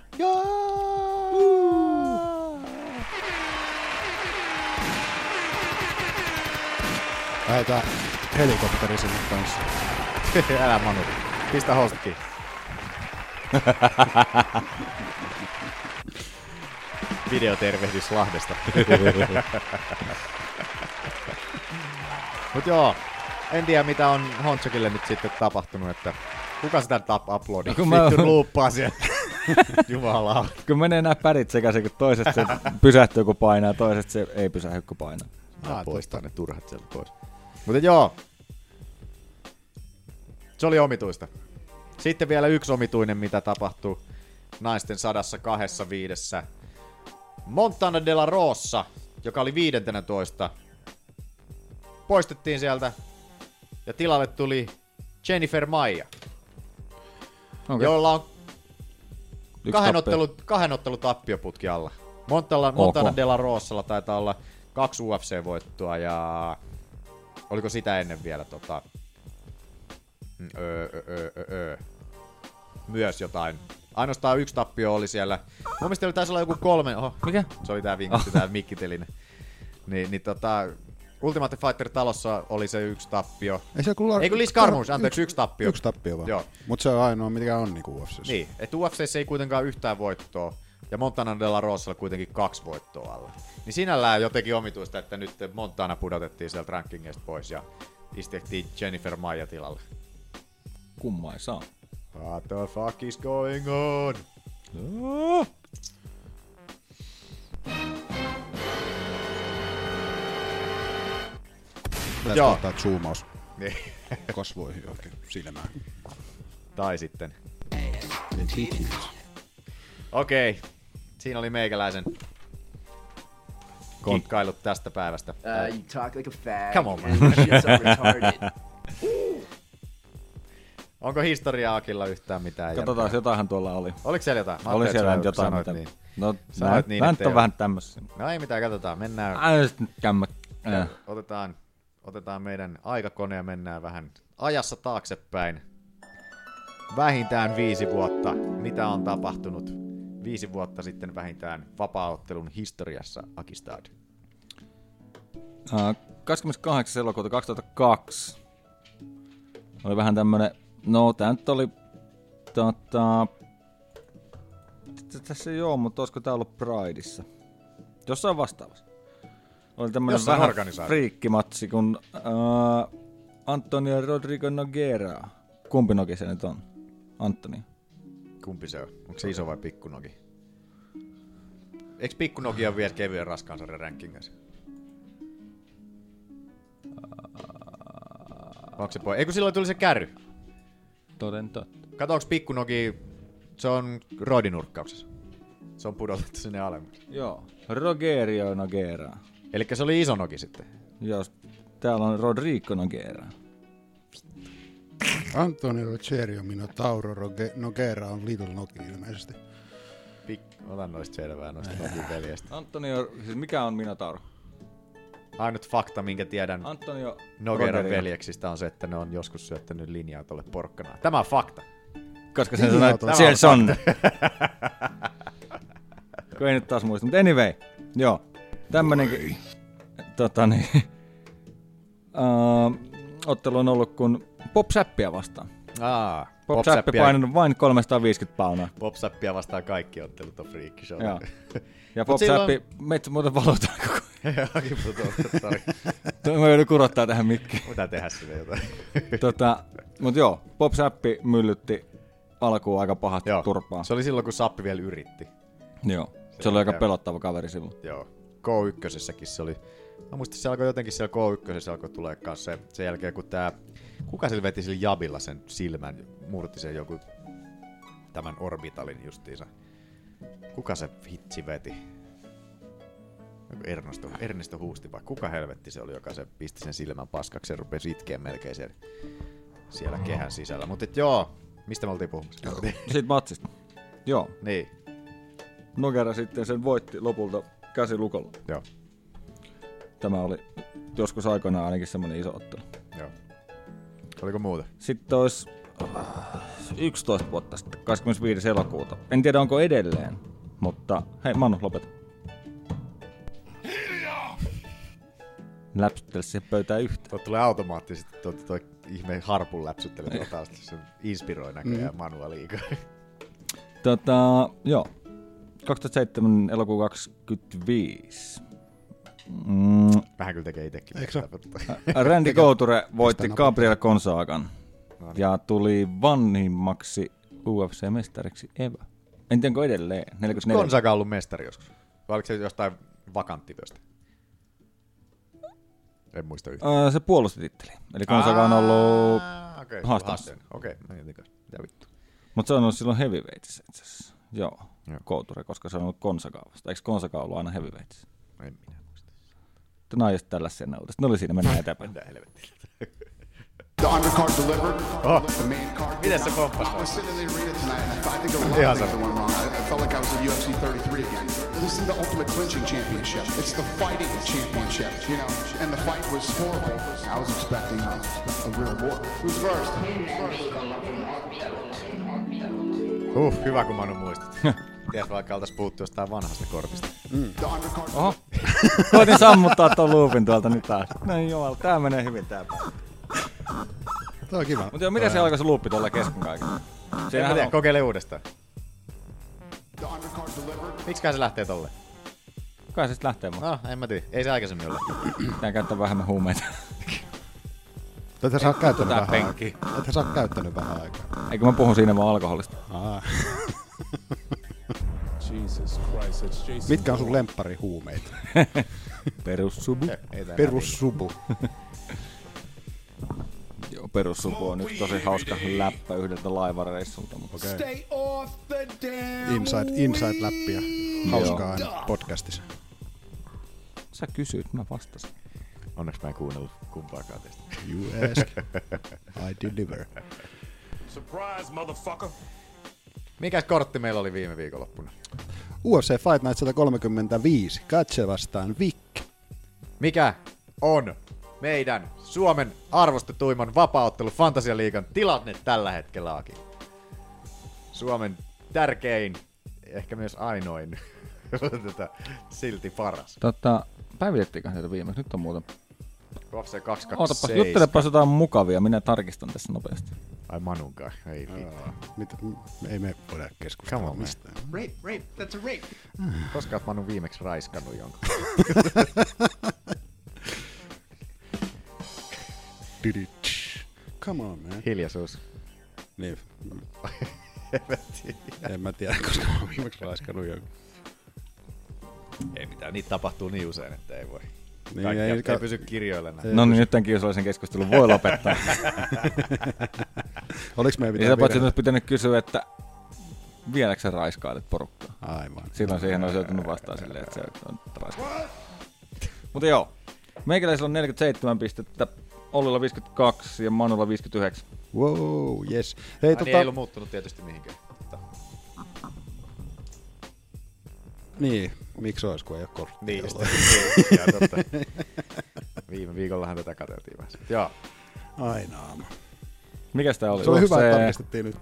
Lähetään helikopteri sinne kanssa.
Älä Manu, pistä hostki. Videotervehdys Lahdesta. Mut joo, en tiedä mitä on Honchakille nyt sitten tapahtunut, että kuka sitä tap uploadi?
No
Vittu
kun mä-
luuppaa siellä. Jumala.
Kun menee nämä pärit sekaisin, kun toiset se pysähtyy kun painaa, toiset se ei pysähdy kun painaa.
Mä poistaa ne turhat sieltä pois. Mutta joo. Se oli omituista. Sitten vielä yksi omituinen, mitä tapahtuu naisten sadassa kahdessa viidessä. Montana de la Rosa, joka oli 15, poistettiin sieltä ja tilalle tuli Jennifer Maija, okay.
Okei.
jolla on
Yksi
kahden,
tappio.
ottelu, kahden ottelu tappioputki alla. Montana, Montana de la Rosalla taitaa olla kaksi UFC-voittoa ja oliko sitä ennen vielä tota, mm, öö, öö, öö, öö, öö, myös jotain. Ainoastaan yksi tappio oli siellä. Mun mielestä oli taisi olla joku kolme. Oho,
Mikä? Oh.
Se oli tää vinkki, tää mikkiteline. Niin, niin tota, Ultimate Fighter talossa oli se yksi tappio.
Ei se kun Lar-
Ei kun Liz Carmus, anteeksi, yksi tappio.
Yksi tappio vaan.
Joo.
Mutta se on ainoa, mikä on niinku UFCssä.
Niin, että UFCssä ei kuitenkaan yhtään voittoa, ja Montana de la Rosalla kuitenkin kaksi voittoa alla. Niin sinällään jotenkin omituista, että nyt Montana pudotettiin sieltä rankingeista pois ja istettiin Jennifer Maija tilalle.
Kumma ei saa.
What the fuck is going on?
Tästä
Joo.
ottaa zoomaus
Niin.
kasvoihin oikein silmään.
Tai sitten. Okei, okay. siinä oli meikäläisen kikkailut tästä päivästä.
Uh, you talk like a fag.
Come on, man.
and your shit's all retarded.
Onko historiaa Akilla yhtään mitään?
Katsotaan, jotainhan tuolla oli.
Oliko siellä jotain? Mä
Oli
ajattelin,
siellä
että sä
jotain,
sanoit
mitä-
Niin.
No,
Sanoit niin, että
näyt- näyttää
ei
vähän
ole.
tämmössä.
No ei mitään, katsotaan. Mennään.
Ää, sit nyt kämmät. Ää.
Otetaan, otetaan meidän aikakone ja mennään vähän ajassa taaksepäin. Vähintään viisi vuotta. Mitä on tapahtunut viisi vuotta sitten vähintään vapaaottelun historiassa Akistad?
Äh, 28. elokuuta 2002 oli vähän tämmönen, no tää nyt oli, tota, t- tässä joo, mutta olisiko tää ollut Prideissa? Jossain vastaavassa. Oli tämmönen
Jossain
vähän
organisaatio-
friikkimatsi, kun äh, Antonio Rodrigo Noguera, kumpi noki se nyt on? Antonio.
Kumpi se on? Onko se iso vai pikkunoki? Eikö pikkunoki ole vielä kevyen raskaan sarjan rankingissa? Onko se poi? Eikö silloin tuli se kärry?
Toden totta.
Kato, onko pikkunoki... Se on roidinurkkauksessa. Se on pudotettu sinne alemmaksi.
Joo. Rogerio Noguera.
Eli se oli iso noki sitten.
Joo, täällä on Rodrigo Noguera.
Antonio Rogerio Minotauro Roge- Noguera on Little Noki ilmeisesti.
Pik... Otan noista selvää noista nokin veljestä.
Antonio, siis mikä on Minotauro?
Ainut fakta, minkä tiedän
Antonio
Nogeran
Rodrigo.
veljeksistä on se, että ne on joskus syöttänyt linjaa tuolle porkkanaan. Tämä on fakta.
Koska
Niin,
sen sanoi,
no,
että siellä se on. Kun ei nyt taas muista. Mutta anyway, joo. Tämmönenkin tota niin, uh, ottelu on ollut kun Popsappia vastaan.
Aa,
Popsappi
Popzappia-
painanut vain 350 paunaa.
Popsappia vastaan kaikki ottelut on friikki show.
Joo. Ja
Mut
Popsappi,
silloin-
metsä muuten valotaan koko ajan.
Jokin putoaa, sori.
Tuo Mä joudun kurottaa tähän mikkiin.
Mitä tehdä sille jotain?
tota, mut joo, Popsappi myllytti alkuun aika pahasti
Joo.
turpaan.
Se oli silloin, kun Sappi vielä yritti.
Joo, se oli aika pelottava kaveri silloin.
Joo. K1 se oli. Mä muistin, se alkoi jotenkin siellä K1 se alkoi tulee kanssa se, sen jälkeen, kun tää... Kuka sillä veti sillä jabilla sen silmän, murti sen joku tämän orbitalin justiinsa. Kuka se hitsi veti? Joku Ernesto, Ernesto Huusti vai kuka helvetti se oli, joka se pisti sen silmän paskaksi ja rupesi itkeen melkein siellä, siellä kehän sisällä. Mutta joo, mistä me oltiin puhumassa?
Siitä matsista. Joo.
Niin.
Nogera sitten sen voitti lopulta käsilukolla.
Joo.
Tämä oli joskus aikoinaan ainakin semmoinen iso ottelu.
Joo. Oliko muuta?
Sitten olisi 11 vuotta sitten, 25. elokuuta. En tiedä onko edelleen, mutta hei Manu, lopeta. Läpsyttele siihen pöytään yhtä.
Tuo tulee automaattisesti tuo, tuo ihme harpun läpsyttely
Niin.
tuolla taustalla. Se inspiroi näköjään mm. Manua liikaa.
Tota, joo. 2007 elokuun 25. Mm.
Vähän kyllä tekee itsekin.
Eikö se?
Ah, Randy
Tekee-
Couture voitti
pistää napit.
Gabriel Gonzagan ja tuli vanhimmaksi UFC-mestariksi Eva. En tiedä, onko edelleen. 44.
Gonzaga on ollut mestari joskus. Vai oliko se jostain vakanttityöstä? En muista yhtään.
Öö, se puolusti titteli. Eli Ah, Gonzaga on ollut
Aa, okei,
haasteessa.
haasteena. Okei, mä en tiedä. Mitä vittu.
Mutta se on ollut silloin heavyweightissä itse asiassa. Joo, Couture, koska se on ollut Gonzagaa vasta. Eikö Gonzaga ollut aina heavyweightissä?
No En minä
muista. No just tällaisia nautista. No oli siinä, mennään eteenpäin.
Mitä helvettiä.
The undercard delivered.
Oh.
The main card.
Miten se pomppasi?
I was sitting in the arena tonight, and I think a lot
Ihan
of things
sama.
went wrong. I, I felt like I was at UFC 33 again. This is the Ultimate Clinching Championship. It's the fighting championship, you know. And the fight was horrible. I was expecting a, a real war. Who's first?
Huh, hyvä kun Manu muistat. Ties vaikka oltais puhuttu jostain vanhasta kortista.
Mm. The undercard.
Oho. Koitin sammuttaa tuon luupin tuolta nyt taas. No joo, tää menee hyvin tää päivä.
Tää on kiva.
Mutta joo, mitä se alkoi se luuppi tuolla kesken kaiken?
En mä tiedä,
Siinähän on.
kokeile uudestaan.
The undercard delivered.
Miksikään se lähtee tolle?
Kai se sit lähtee mukaan.
No, en mä tiedä. Ei se aikaisemmin ole.
Pitää käyttää vähemmän huumeita.
Tätä sä oot käyttänyt
Otetaan
vähän
penkkiä.
aikaa. Tätä sä oot käyttänyt vähän aikaa.
Eikö mä puhun siinä vaan alkoholista?
Aa.
Jesus Christ, it's Jason.
Mitkä on sun lempparihuumeita?
Perussubu.
Ei tää
Perussubu.
Joo, perussupu on nyt tosi hauska läppä yhdeltä laivareissulta. Mutta...
Stay off the damn
Inside, inside läppiä. Hauskaa aina podcastissa.
Sä kysyit, mä vastasin.
niin. Onneksi mä en kuunnellut kumpaakaan teistä.
You ask, I deliver.
Surprise, motherfucker.
Mikäs kortti meillä oli viime viikonloppuna?
UFC Fight Night 135, Katse vastaan Vic.
Mikä on meidän Suomen arvostetuimman vapauttelu Fantasialiikan tilanne tällä hetkellä, Aki? Suomen tärkein, ehkä myös ainoin, tätä silti paras.
Tota, päivitettiinkö näitä viimeksi? Nyt on muuten.
UFC 227.
Ootapas, juttelepas jotain mukavia, minä tarkistan tässä nopeasti.
Ai Manunkaan, ei vittu.
Mitä? mm, Ei me voida keskustella
Come on, man.
mistään.
Rape, rape, that's a rape.
Koska oot Manu viimeksi raiskannut jonkun?
Diditch. Come on, man.
Hiljaisuus.
Niin.
en mä tiedä.
En mä tiedä, koska mä oon viimeksi raiskannut jonkun.
Ei mitään, niitä tapahtuu niin usein, että ei voi.
Niin,
Niin, Kaikki ei,
ei-
ei pysy kirjoilla enää.
No niin, nyt tämän kiusallisen keskustelun voi lopettaa.
Oliks meidän
Sitä
pitää
paitsi olisi pitänyt kysyä, että vieläkö sä raiskailet porukkaa?
Aivan.
Silloin siihen olisi joutunut vastaan silleen, että se on raiskailet. Mutta joo, meikäläisellä on 47 pistettä, Ollilla 52 ja Manulla 59.
Wow, yes. Hei, tota-
Ai niin, ei ollut muuttunut tietysti mihinkään. Mutta-
Niin, miksi ois, kun ei ole korttia.
Niin, just,
ollut.
ja totta. Viime viikollahan tätä katseltiin vähän. Joo.
Ai naama.
Mikäs tää oli?
Se oli
Onko
hyvä, että
se
tarkistettiin nyt.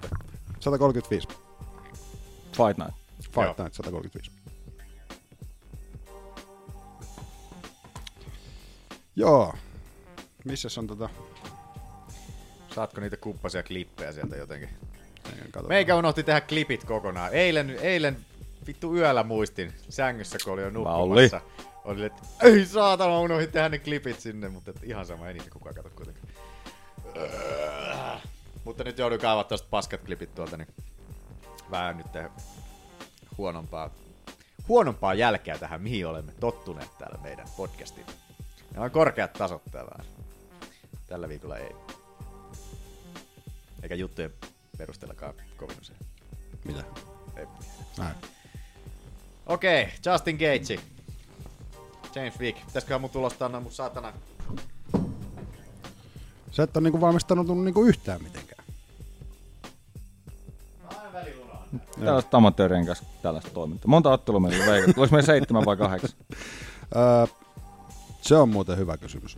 135.
Fight Night.
Fight Night 135. Joo. Missäs on tota...
Saatko niitä kuppasia klippejä sieltä jotenkin?
katsotaan.
Meikä unohti tehdä klipit kokonaan. Eilen, eilen vittu yöllä muistin sängyssä, kun oli jo nukkumassa. Oli, että ei saatana, mä unohdin tehdä ne klipit sinne, mutta et ihan sama, ei niitä kukaan katso kuitenkaan. Äh. Mutta nyt joudun kaivaa tosta paskat klipit tuolta, niin vähän nyt tehdä huonompaa, huonompaa jälkeä tähän, mihin olemme tottuneet täällä meidän podcastin. Meillä on korkeat tasot täällä. Tällä viikolla ei. Eikä juttujen perusteellakaan kovin usein.
Mitä?
Ei.
Näin.
Okei, Justin Gage. James Wick. Pitäisiköhän mun tulostaa nämä mun saatana...
Sä et ole niinku valmistautunut niinku yhtään mitenkään.
Tällaista amatöörien kanssa tällaista toimintaa. Monta ottelua meillä on veikattu? Olis meillä seitsemän vai kahdeksan?
Öö, se on muuten hyvä kysymys.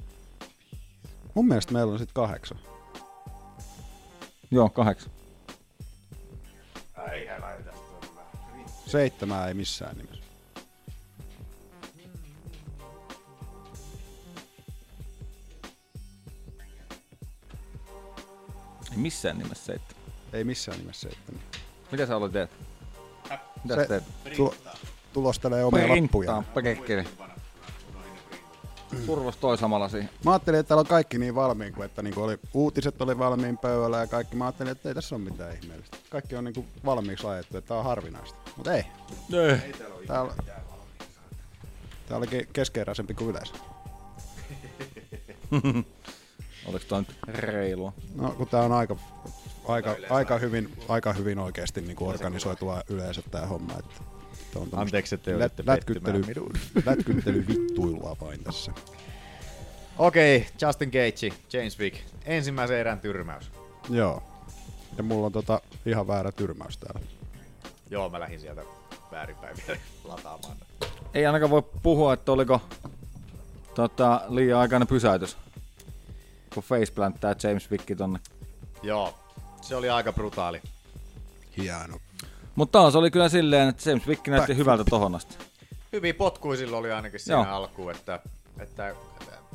Mun mielestä meillä on sit kahdeksan.
Joo, kahdeksan.
Ai, laita
Seitsemää ei missään nimessä.
Ei missään nimessä seitsemän.
Ei missään nimessä seitsemän.
Mitä sä olet teet? Mitä sä
Se
teet?
tu- tulostelee omia lappuja.
Pakekkeli. Survos toi samalla siihen.
Mä ajattelin, että täällä on kaikki niin valmiin kuin, että niinku oli, uutiset oli valmiin pöydällä ja kaikki. Mä ajattelin, että ei tässä ole mitään ihmeellistä. Kaikki on niinku valmiiksi laitettu, että tää on harvinaista. Mut ei.
Ei
Täällä, tää oli ke- keskeeräisempi kuin yleensä.
Oliko toi nyt reilua?
No, kun tää on aika, aika, aika, hyvin, aika hyvin oikeasti niinku organisoitua yleensä tää homma. Että tää on tämmöstä
Anteeksi, että joudutte
lätkyttely,
pettymään
lätkyttely vittuilua vain tässä.
Okei, Justin Gage, James Wick. Ensimmäisen erän tyrmäys.
Joo. Ja mulla on tota ihan väärä tyrmäys täällä.
Joo, mä lähdin sieltä väärinpäin vielä lataamaan.
Ei ainakaan voi puhua, että oliko tota, liian aikainen pysäytys. Kun faceplanttaa James Wick tonne.
Joo, se oli aika brutaali.
Hieno.
Mutta taas oli kyllä silleen, että James Wick näytti
Backflip.
hyvältä tohon asti.
Hyviä potkuja silloin oli ainakin siinä
Joo.
alkuun, että, että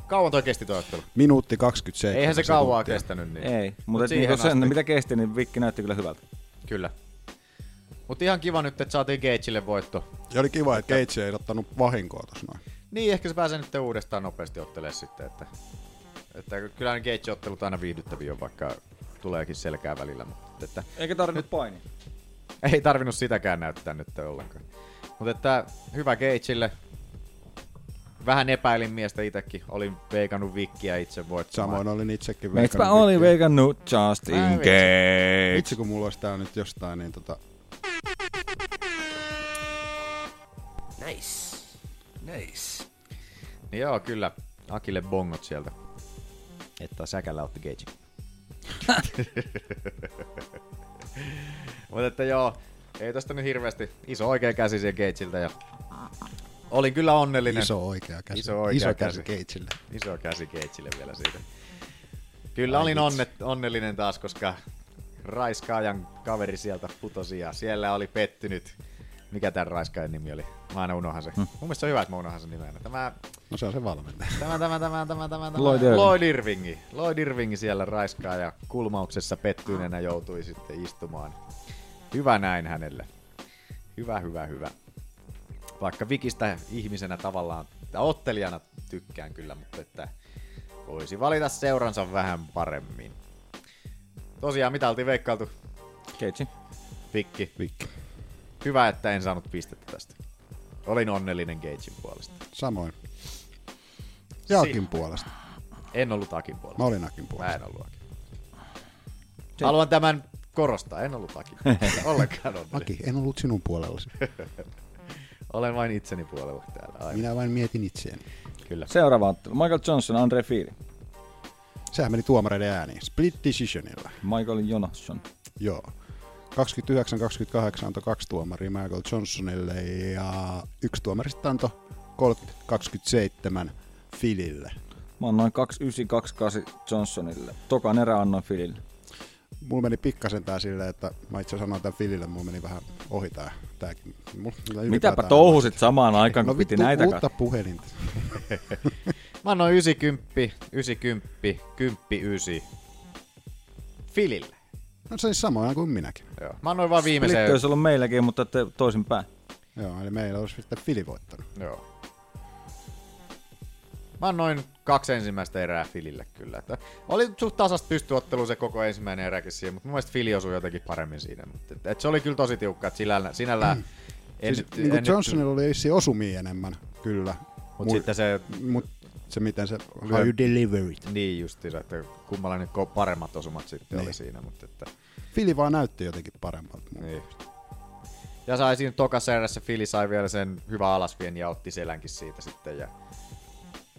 kauan toi kesti toi ottelu.
Minuutti 27
Eihän se kauaa
sekuntia.
kestänyt niin.
Ei,
Mut
mutta
siihen
niinku sen,
asti.
mitä kesti, niin Wick näytti kyllä hyvältä.
Kyllä. Mutta ihan kiva nyt, että saatiin Gageille voitto.
Ja oli kiva, että Cage ei ottanut vahinkoa tuossa noin.
Niin, ehkä se pääsee nyt uudestaan nopeasti ottelemaan sitten, että, että kyllä ne Gage-ottelut aina viihdyttäviä on, vaikka tuleekin selkää välillä, mutta että
Eikä tarvinnut painia.
ei tarvinnut sitäkään näyttää nyt ollenkaan. Mutta että hyvä Gageille. Vähän epäilin miestä itekin. Olin veikannut vikkiä itse voittamaan.
Samoin olin itsekin
Meitspä oli
Wickiä.
veikannut just in
Ai vitsi.
case.
Vitsi, kun mulla olisi tää nyt jostain, niin tota...
Nice. Nice.
Niin joo, kyllä. Akille bongot sieltä. Että säkällä otti Gage. Mutta että joo, ei tosta nyt hirveästi. Iso oikea käsi siihen Gageilta ja olin kyllä onnellinen.
Iso oikea käsi.
Iso, oikea
Iso
käsi.
käsi Gageille.
Iso käsi Gageille vielä siitä. Kyllä
Ai
olin
vitsi.
onne, onnellinen taas, koska raiskaajan kaveri sieltä putosi ja siellä oli pettynyt. Mikä tämän raiskaajan nimi oli? Mä aina unohan
Hm.
se. Mun mielestä se on hyvä, että mä unohan sen nimen. Tämä
No se on se valmentaja.
Tämä, tämä, tämä, tämä, tämä, tämä.
Lloyd
Lloyd
Irving.
Irving. Lloyd Irvingi. Lloyd Irvingi siellä raiskaa ja kulmauksessa pettyneenä joutui sitten istumaan. Hyvä näin hänelle. Hyvä, hyvä, hyvä. Vaikka Vikistä ihmisenä tavallaan, tai ottelijana tykkään kyllä, mutta että voisi valita seuransa vähän paremmin. Tosiaan, mitä oltiin veikkailtu?
Keitsi.
Vikki.
Vikki.
Hyvä, että en saanut pistettä tästä. Olin onnellinen Gagein puolesta.
Samoin. Ja Akin puolesta.
En ollut Akin puolella.
Mä olin Akin puolella.
Mä en ollut Akin. Haluan tämän korostaa, en ollut Akin puolella. Ollenkaan on.
Aki, en ollut sinun puolellasi.
Olen vain itseni puolella täällä. Aivan.
Minä vain mietin itseäni.
Kyllä.
Seuraava ottelu. Michael Johnson, Andre Fiili.
Sehän meni tuomareiden ääniin. Split decisionilla.
Michael Johnson.
Joo. 29-28 antoi kaksi tuomaria Michael Johnsonille ja yksi tuomarista antoi 30-27 Filille.
Mä annoin 2928 Johnsonille. Tokan erä annoin Filille.
Mulla meni pikkasen tää silleen, että mä itse sanoin tämän Filille, mulla meni vähän ohi tää, tääkin. Mulla, mulla
Mitäpä
ylipäätään-
touhusit samaan aikaan,
No
kun piti
vittu,
näitä
uutta
katsoa?
puhelinta.
Mä annoin 90, 90, 10, 9. Filille.
No se on samoin kuin minäkin.
Joo. Mä annoin vaan viimeisen.
Split olisi ollut meilläkin, mutta te- toisinpäin.
Joo, eli meillä olisi sitten Fili voittanut.
Joo. Mä annoin kaksi ensimmäistä erää Filille kyllä. Että oli suht tasasta pystyottelu se koko ensimmäinen eräkin siihen, mutta mun mielestä Fili osui jotenkin paremmin siinä. Mutta et, et se oli kyllä tosi tiukka, että sinällään... sinällään en
Siis,
nyt-
niin kuin
en nyt-
Johnsonilla oli vissiin osumia enemmän, kyllä.
Mut sitten se-
Mut se miten se...
Lyö-
How you deliver it.
Niin justiinsa, että kummalla nyt ko- paremmat osumat sitten
Niin.
niin. oli siinä. Mutta että...
Fili vaan näytti jotenkin paremmalta. mun
Niin. Ja sai siinä tokassa erässä Fili sai vielä sen hyvän alasvien ja otti selänkin siitä sitten ja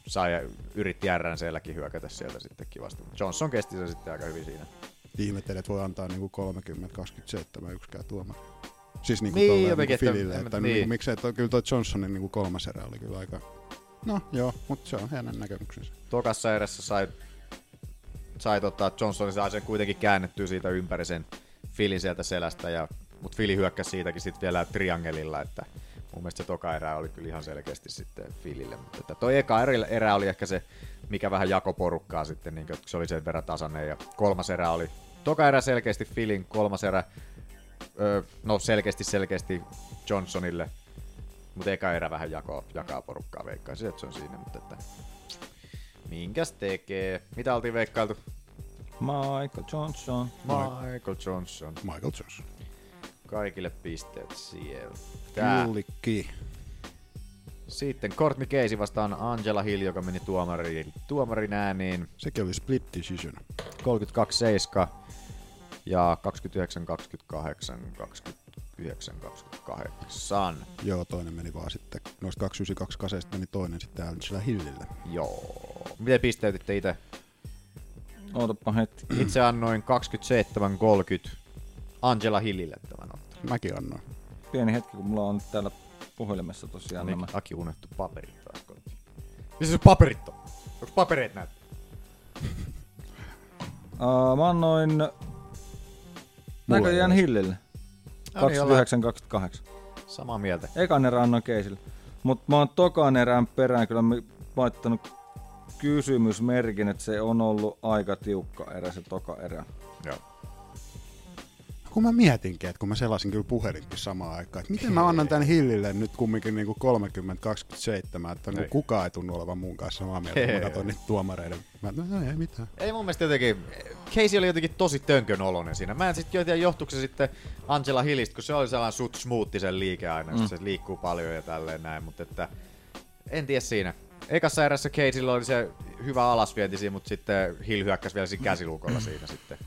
sai, yritti järrän selläkin hyökätä sieltä sitten kivasti. Mut Johnson kesti sen sitten aika hyvin siinä.
ihmettelen, että voi antaa niinku 30-27 yksikään tuomari. Siis niinku
Niin,
niin,
jotenkin,
niinku
että-
Filille,
en
että,
mä-
että niin. niinku,
niin.
miksei, toi, kyllä toi Johnsonin niinku kolmas erä oli kyllä aika... No joo, mutta se on hänen näkemyksensä.
Tokassa erässä sai, sai tota, Johnson sai sen kuitenkin käännettyä siitä ympäri sen Filin sieltä selästä, ja, mutta Fili hyökkäsi siitäkin sitten vielä triangelilla, että mun mielestä se toka erä oli kyllä ihan selkeästi sitten Filille, mutta että toi eka erä- erä oli ehkä se, mikä vähän jako porukkaa sitten, niin kuin, se oli sen verran tasainen, ja kolmas erä oli, toka erä selkeästi Filin, kolmas erä, ö, no selkeästi selkeästi Johnsonille, mutta eka erä vähän jako, jakaa porukkaa veikkaisin, että se on siinä, mutta että Minkäs tekee? Mitä oltiin veikkailtu?
Michael Johnson.
Michael Johnson.
Michael Johnson.
Kaikille pisteet sieltä.
Jullikki.
Sitten Courtney Casey vastaan Angela Hill, joka meni tuomarin, tuomarin ääniin.
Sekin oli split decision.
32-7 ja 29-28, 29-28.
Joo, toinen meni vaan sitten, noista 292 kaseista meni toinen sitten Angela Hillille.
Joo. Miten pisteytitte itse?
Ootapa hetki.
Itse annoin 27-30 Angela Hillille tämän ottelun.
Mäkin annoin.
Pieni hetki, kun mulla on nyt täällä puhelimessa tosiaan nämä.
Niin, Aki unohtu paperit taas kotiin. Missä se paperit on? Onko papereet näitä?
Uh, mä annoin näköjään Hillille.
No niin,
29-28.
Samaa mieltä.
Ekan erä annoin Keisille. Mutta mä oon tokan erään perään kyllä mi- laittanut kysymysmerkin, että se on ollut aika tiukka erä se toka erä.
Joo.
Kun mä mietinkin, että kun mä selasin kyllä puhelinkin samaan aikaan, että miten mä annan tämän Hillille nyt kumminkin niinku 30-27, että niinku
Ei.
kukaan ei tunnu olevan mun kanssa samaa mieltä, kun mä katson niitä tuomareiden. Mä, no, no ei mitään.
Ei mun mielestä jotenkin, Casey oli jotenkin tosi tönkön olonen siinä. Mä en sit tiedä johtuuko se sitten Angela Hillistä, kun se oli sellainen sut smoothi sen liike aina, mm.
Mm.
se liikkuu paljon ja tälleen näin, mutta että en tiedä siinä. Ekassa erässä Caseylla oli se hyvä alasvienti siinä, mutta sitten Hill hyökkäsi vielä siinä käsilukolla siinä sitten.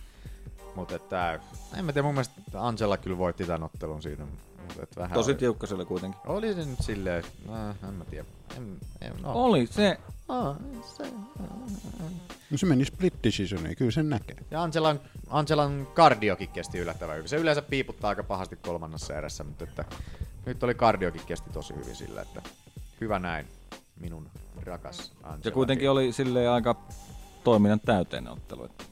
Mutta että, en mä tiedä, mun mielestä Angela kyllä voitti tämän ottelun siinä. Mutta että vähän
Tosi
oli-
tiukka se oli kuitenkin.
Oli se nyt silleen, äh, no, en mä tiedä. En, en, no.
Oli se.
Ah, se.
No se meni split decisioniin, kyllä sen näkee.
Ja Angelan, Angelan kardiokin kesti yllättävän hyvin. Se yleensä piiputtaa aika pahasti kolmannessa erässä, mutta että nyt oli kardiokin kesti tosi hyvin sillä, että hyvä näin, minun rakas Angela.
Se kuitenkin oli silleen aika toiminnan täyteinen ottelu. Että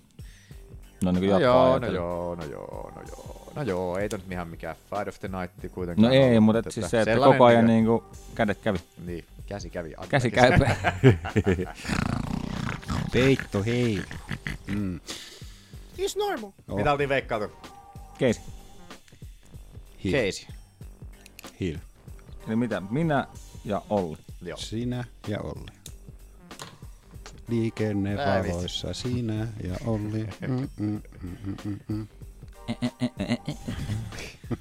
no, niin kuin
no,
jatkoa
joo, no
ajatellen.
joo, no joo, no joo, no joo, ei tämä nyt ihan mikään Fight of the Night
No
kuitenkaan.
ei,
ollut,
mutta et siis se, että
sellainen
koko ajan
niinku-
niinku kädet kävi.
Niin, käsi kävi. aina
Käsi
kesken.
käy. Peitto, hei.
Mm.
It's normal.
Mitä oltiin veikkailtu?
Keisi.
Hiil.
Keisi.
Hiil.
Eli mitä? Minä ja Olli.
Joo.
Sinä ja Olli. Liikennevaloissa sinä ja Olli. Mm, mm, mm, mm, mm, mm.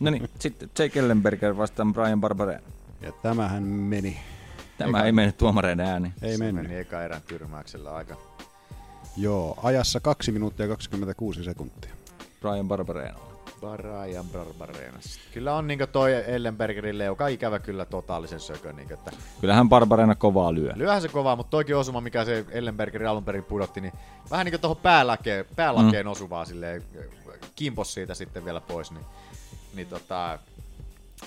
No niin, sitten Jake Ellenberger vastaan Brian Barbareen.
Ja tämähän meni.
Tämä ei mennyt tuomareiden ääni.
Ei
Se
mennyt.
meni eka erän tyrmäyksellä aika.
Joo, ajassa 2 minuuttia 26 sekuntia.
Brian Barbareen.
Brian Barbarena. Kyllä on niinku toi Ellenbergerin leuka ikävä kyllä totaalisen sökö. Niinku, että
Kyllähän Barbarena kovaa lyö.
lyöhän se kovaa, mutta toikin osuma, mikä se Ellenbergerin alun perin pudotti, niin vähän niinku tohon päälakeen, päälakeen mm. osuvaa silleen, kimpos siitä sitten vielä pois, niin, niin tota,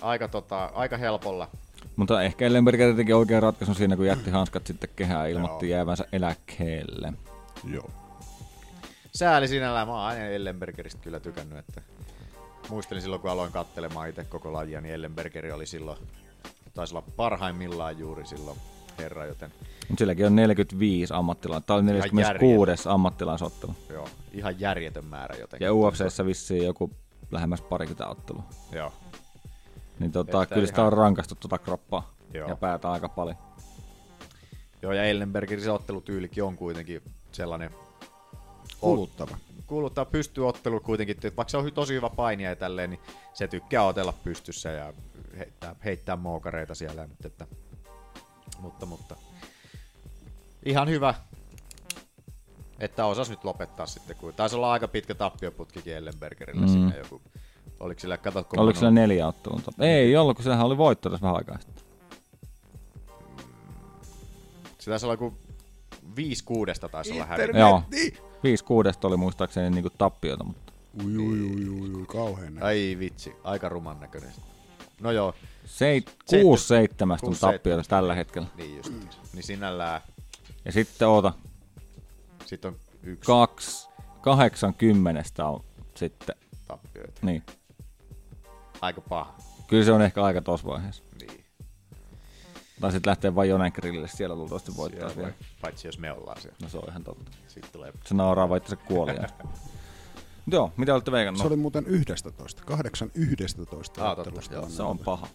aika, tota, aika helpolla.
Mutta ehkä Ellenberger teki oikean ratkaisun siinä, kun jätti hanskat sitten kehään ja ilmoitti jäävänsä eläkkeelle.
Joo.
Sääli sinällään, mä oon aina Ellenbergeristä kyllä tykännyt, että muistelin silloin, kun aloin katselemaan itse koko lajia, niin Ellenbergeri oli silloin, taisi olla parhaimmillaan juuri silloin herra, joten
Mutta silläkin on 45 ammattilaista. Tämä oli
Ihan
46 ammattilaisottelu.
joo, ihan järjetön määrä jotenkin.
Ja UFCssä vissiin joku lähemmäs parikymmentä ottelua.
Joo.
Niin tota,
Että
kyllä sitä
ihan-
on rankastu tota kroppaa
Joo.
ja päätä aika paljon.
Joo, ja Ellenbergerin se ottelutyylikin on kuitenkin sellainen...
Kuluttava.
Kuuluttaa pystyy ottelu kuitenkin, että vaikka se on hy- tosi hyvä painija ja tälleen, niin se tykkää otella pystyssä ja heittää, heittää mookareita siellä. Mutta, että, mutta, mutta ihan hyvä, että osas nyt lopettaa sitten. Kun, taisi olla aika pitkä tappioputkikin Ellenbergerillä
Mm.
mm. siinä joku. Oliko sillä, katsotko,
Oliko sillä neljä ottelun? tap- Ei ollut, kun sehän oli voitto tässä vähän aikaa sitten.
Se taisi olla joku viisi kuudesta taisi olla hävinnyt.
Joo. 5 kuudesta oli muistaakseni niinku tappiota, mutta
Ui, ui, ui, ui, ui kauhean näin.
Ai vitsi, aika ruman näköinen. No joo.
Seit,
Seit-
kuusi seitsemästä on
kuusi seitsemästä.
tappiota tällä hetkellä.
Niin just. Niin sinällään
Ja sitten oota,
sit on yksi
kaksi, kahdeksan kymmenestä on sitten.
tappioita.
Niin.
Aika paha.
Kyllä se on ehkä aika tuossa vaiheessa.
Niin.
Tai sitten lähtee vain jonain grillille, siellä luultavasti voittaa
Siellä
vielä.
voi- Paitsi jos me ollaan siellä.
No se on ihan totta.
Sitten tulee
Se nauraa vaikka se kuoli. Joo, mitä olette veikannut?
Se oli muuten 11, 8 11
No. Aa, totta,
ottelusta.
joo,
on
se on
näitä.
paha.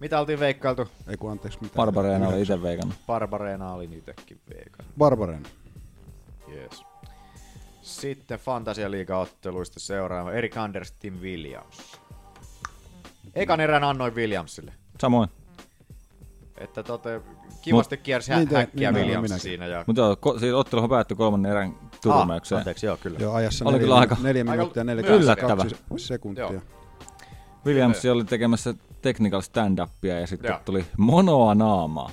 Mitä oltiin veikkailtu?
Ei kun anteeksi mitä.
Barbareena oli itse veikannut.
Barbareena oli niitäkin veikan.
Barbaren.
Yes. Sitten Fantasialiiga-otteluista seuraava. Erik Anders, Tim Williams. Ekan erän annoin Williamsille.
Samoin.
Että tote, kivasti
Mut-
kiersi
Niin te-
hä- häkkiä
niin te-
Williams
minäkin.
siinä. Ja
Mutta joo, ko- siis otteluhan päättyi kolmannen erän tyrmäykseen.
Ah, anteeksi, joo, kyllä.
Joo, ajassa
oli
neljä,
kyllä aika
neljä minuuttia 42
yllättävä.
sekuntia.
Joo. Williams oli tekemässä technical stand-upia ja sitten
Joo.
tuli monoa naamaa.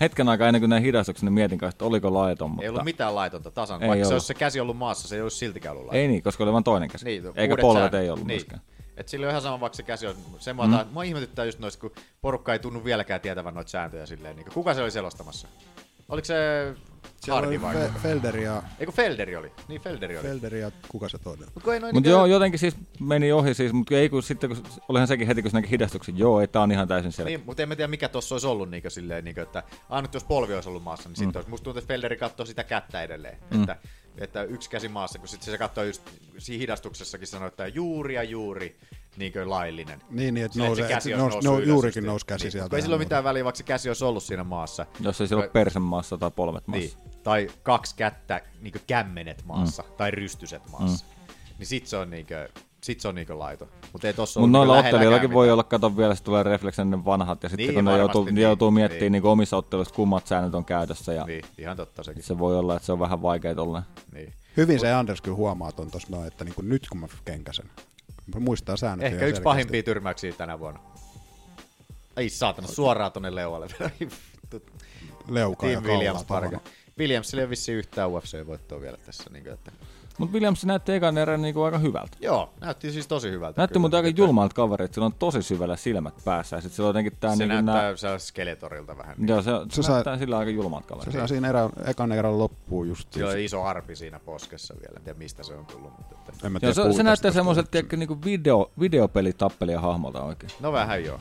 Hetken aikaa ennen kuin näin hidastuksen, niin mietin kanssa, että oliko laiton, mutta
Ei ollut mitään laitonta tasan.
Ei
Ei vaikka se
ollut.
olisi se käsi ollut maassa, se ei olisi siltikään ollut
Ei niin, koska oli vain toinen käsi.
Niin,
Eikä
uudet
polvet
säännöt.
ei ollut
niin.
myöskään.
Et sillä on ihan sama, vaikka se käsi on
Mm.
semmoinen. Mm. Mua ihmetyttää just noista, kun porukka ei tunnu vieläkään tietävän noita sääntöjä silleen. Niin kuka se oli selostamassa? Oliko se
Siellä oli
Hardi vai?
Fe- Felderi ja,
Eiku Felderi oli. Niin Felderi oli.
Felderi ja kuka se toinen?
Mut kun ei noin
Mutta
niinku-
joo, jotenkin siis meni ohi, siis, mutta ei kun sitten, kun, olihan sekin heti, kun se näki hidastuksen, joo, ei, tää on ihan täysin selkeä.
Niin, mutta en mä tiedä, mikä tuossa olisi ollut niinkö, silleen, niinkö, että aina nyt jos polvi olisi ollut maassa, niin
Mm.
sitten olisi. Musta tuntuu, että Felderi katsoo sitä kättä edelleen.
Mm.
Että, että yksi käsi maassa, kun sitten se katsoo just siinä hidastuksessakin sanoi, että juuri ja juuri niinkö laillinen.
Niin, niin, että
Silleen,
nousee-
se käsi
että
olisi
nous-
noussut
nou-
ylös
juurikin
just.
nousi käsi
niin,
sieltä
kun Ei
ja
sillä ole
muuta.
mitään väliä, vaikka se käsi olisi ollut siinä maassa.
Jos ei sillä ole
Tai-
persen maassa tai polvet maassa.
Niin, tai kaksi kättä niinkö kämmenet maassa, tai rystyset maassa. Niin sit se on niinkö, sit se on niinkö laito. Mutta ei tossa
Mutta
ollut kyllä
noilla
lähelläkään
ottelijoillakin voi olla, kato vielä, se tulee refleksen ne vanhat, ja sitten
Niin,
kun ne
varmasti,
joutuu, niin,
niin,
joutuu miettimään
niin.
niin. omissa otteluissa, kummat säännöt on käytössä, ja
Niin, ihan totta sekin.
se voi olla, että se on vähän vaikea tolleen.
Niin.
Hyvin se Anders kyllä huomaa ton tossa noin, että niinku nyt kun mä kenkäsen. Muistaa säännöt
Ehkä yksi
ihan selkeästi.
pahimpia tyrmäyksiä tänä vuonna. Ai saatana, suoraan tonne leualle. Vittu.
Leuka ja
Tim Williams
kaulaa
parka.
tavallaan.
Williamsille ei ole vissiin yhtään UFC-voittoa vielä tässä. Niin kuin, että...
Mutta Williams näytti ekan erän niinku aika hyvältä.
Joo, näytti siis tosi hyvältä.
Näytti
kyllä.
muuten aika julmalta kaverilta, sillä on tosi syvällä silmät päässä. Ja sit sillä on jotenkin tää
Se
niinku
näyttää
nää-
nää... skeletorilta vähän.
Joo, se, se,
Se
se
sai-
näyttää sillä aika julmalta
Se
kaverilta.
saa siinä erä, ekan erän loppuun just.
Sillä on iso harpi siinä poskessa vielä, en tiedä mistä se on tullut. Mutta että...
En mä
Joo,
tiedä,
se, se
puhutaan
näyttää semmoiselta tiedätkö, niinku video, videopelitappelija hahmolta oikein.
No vähän joo.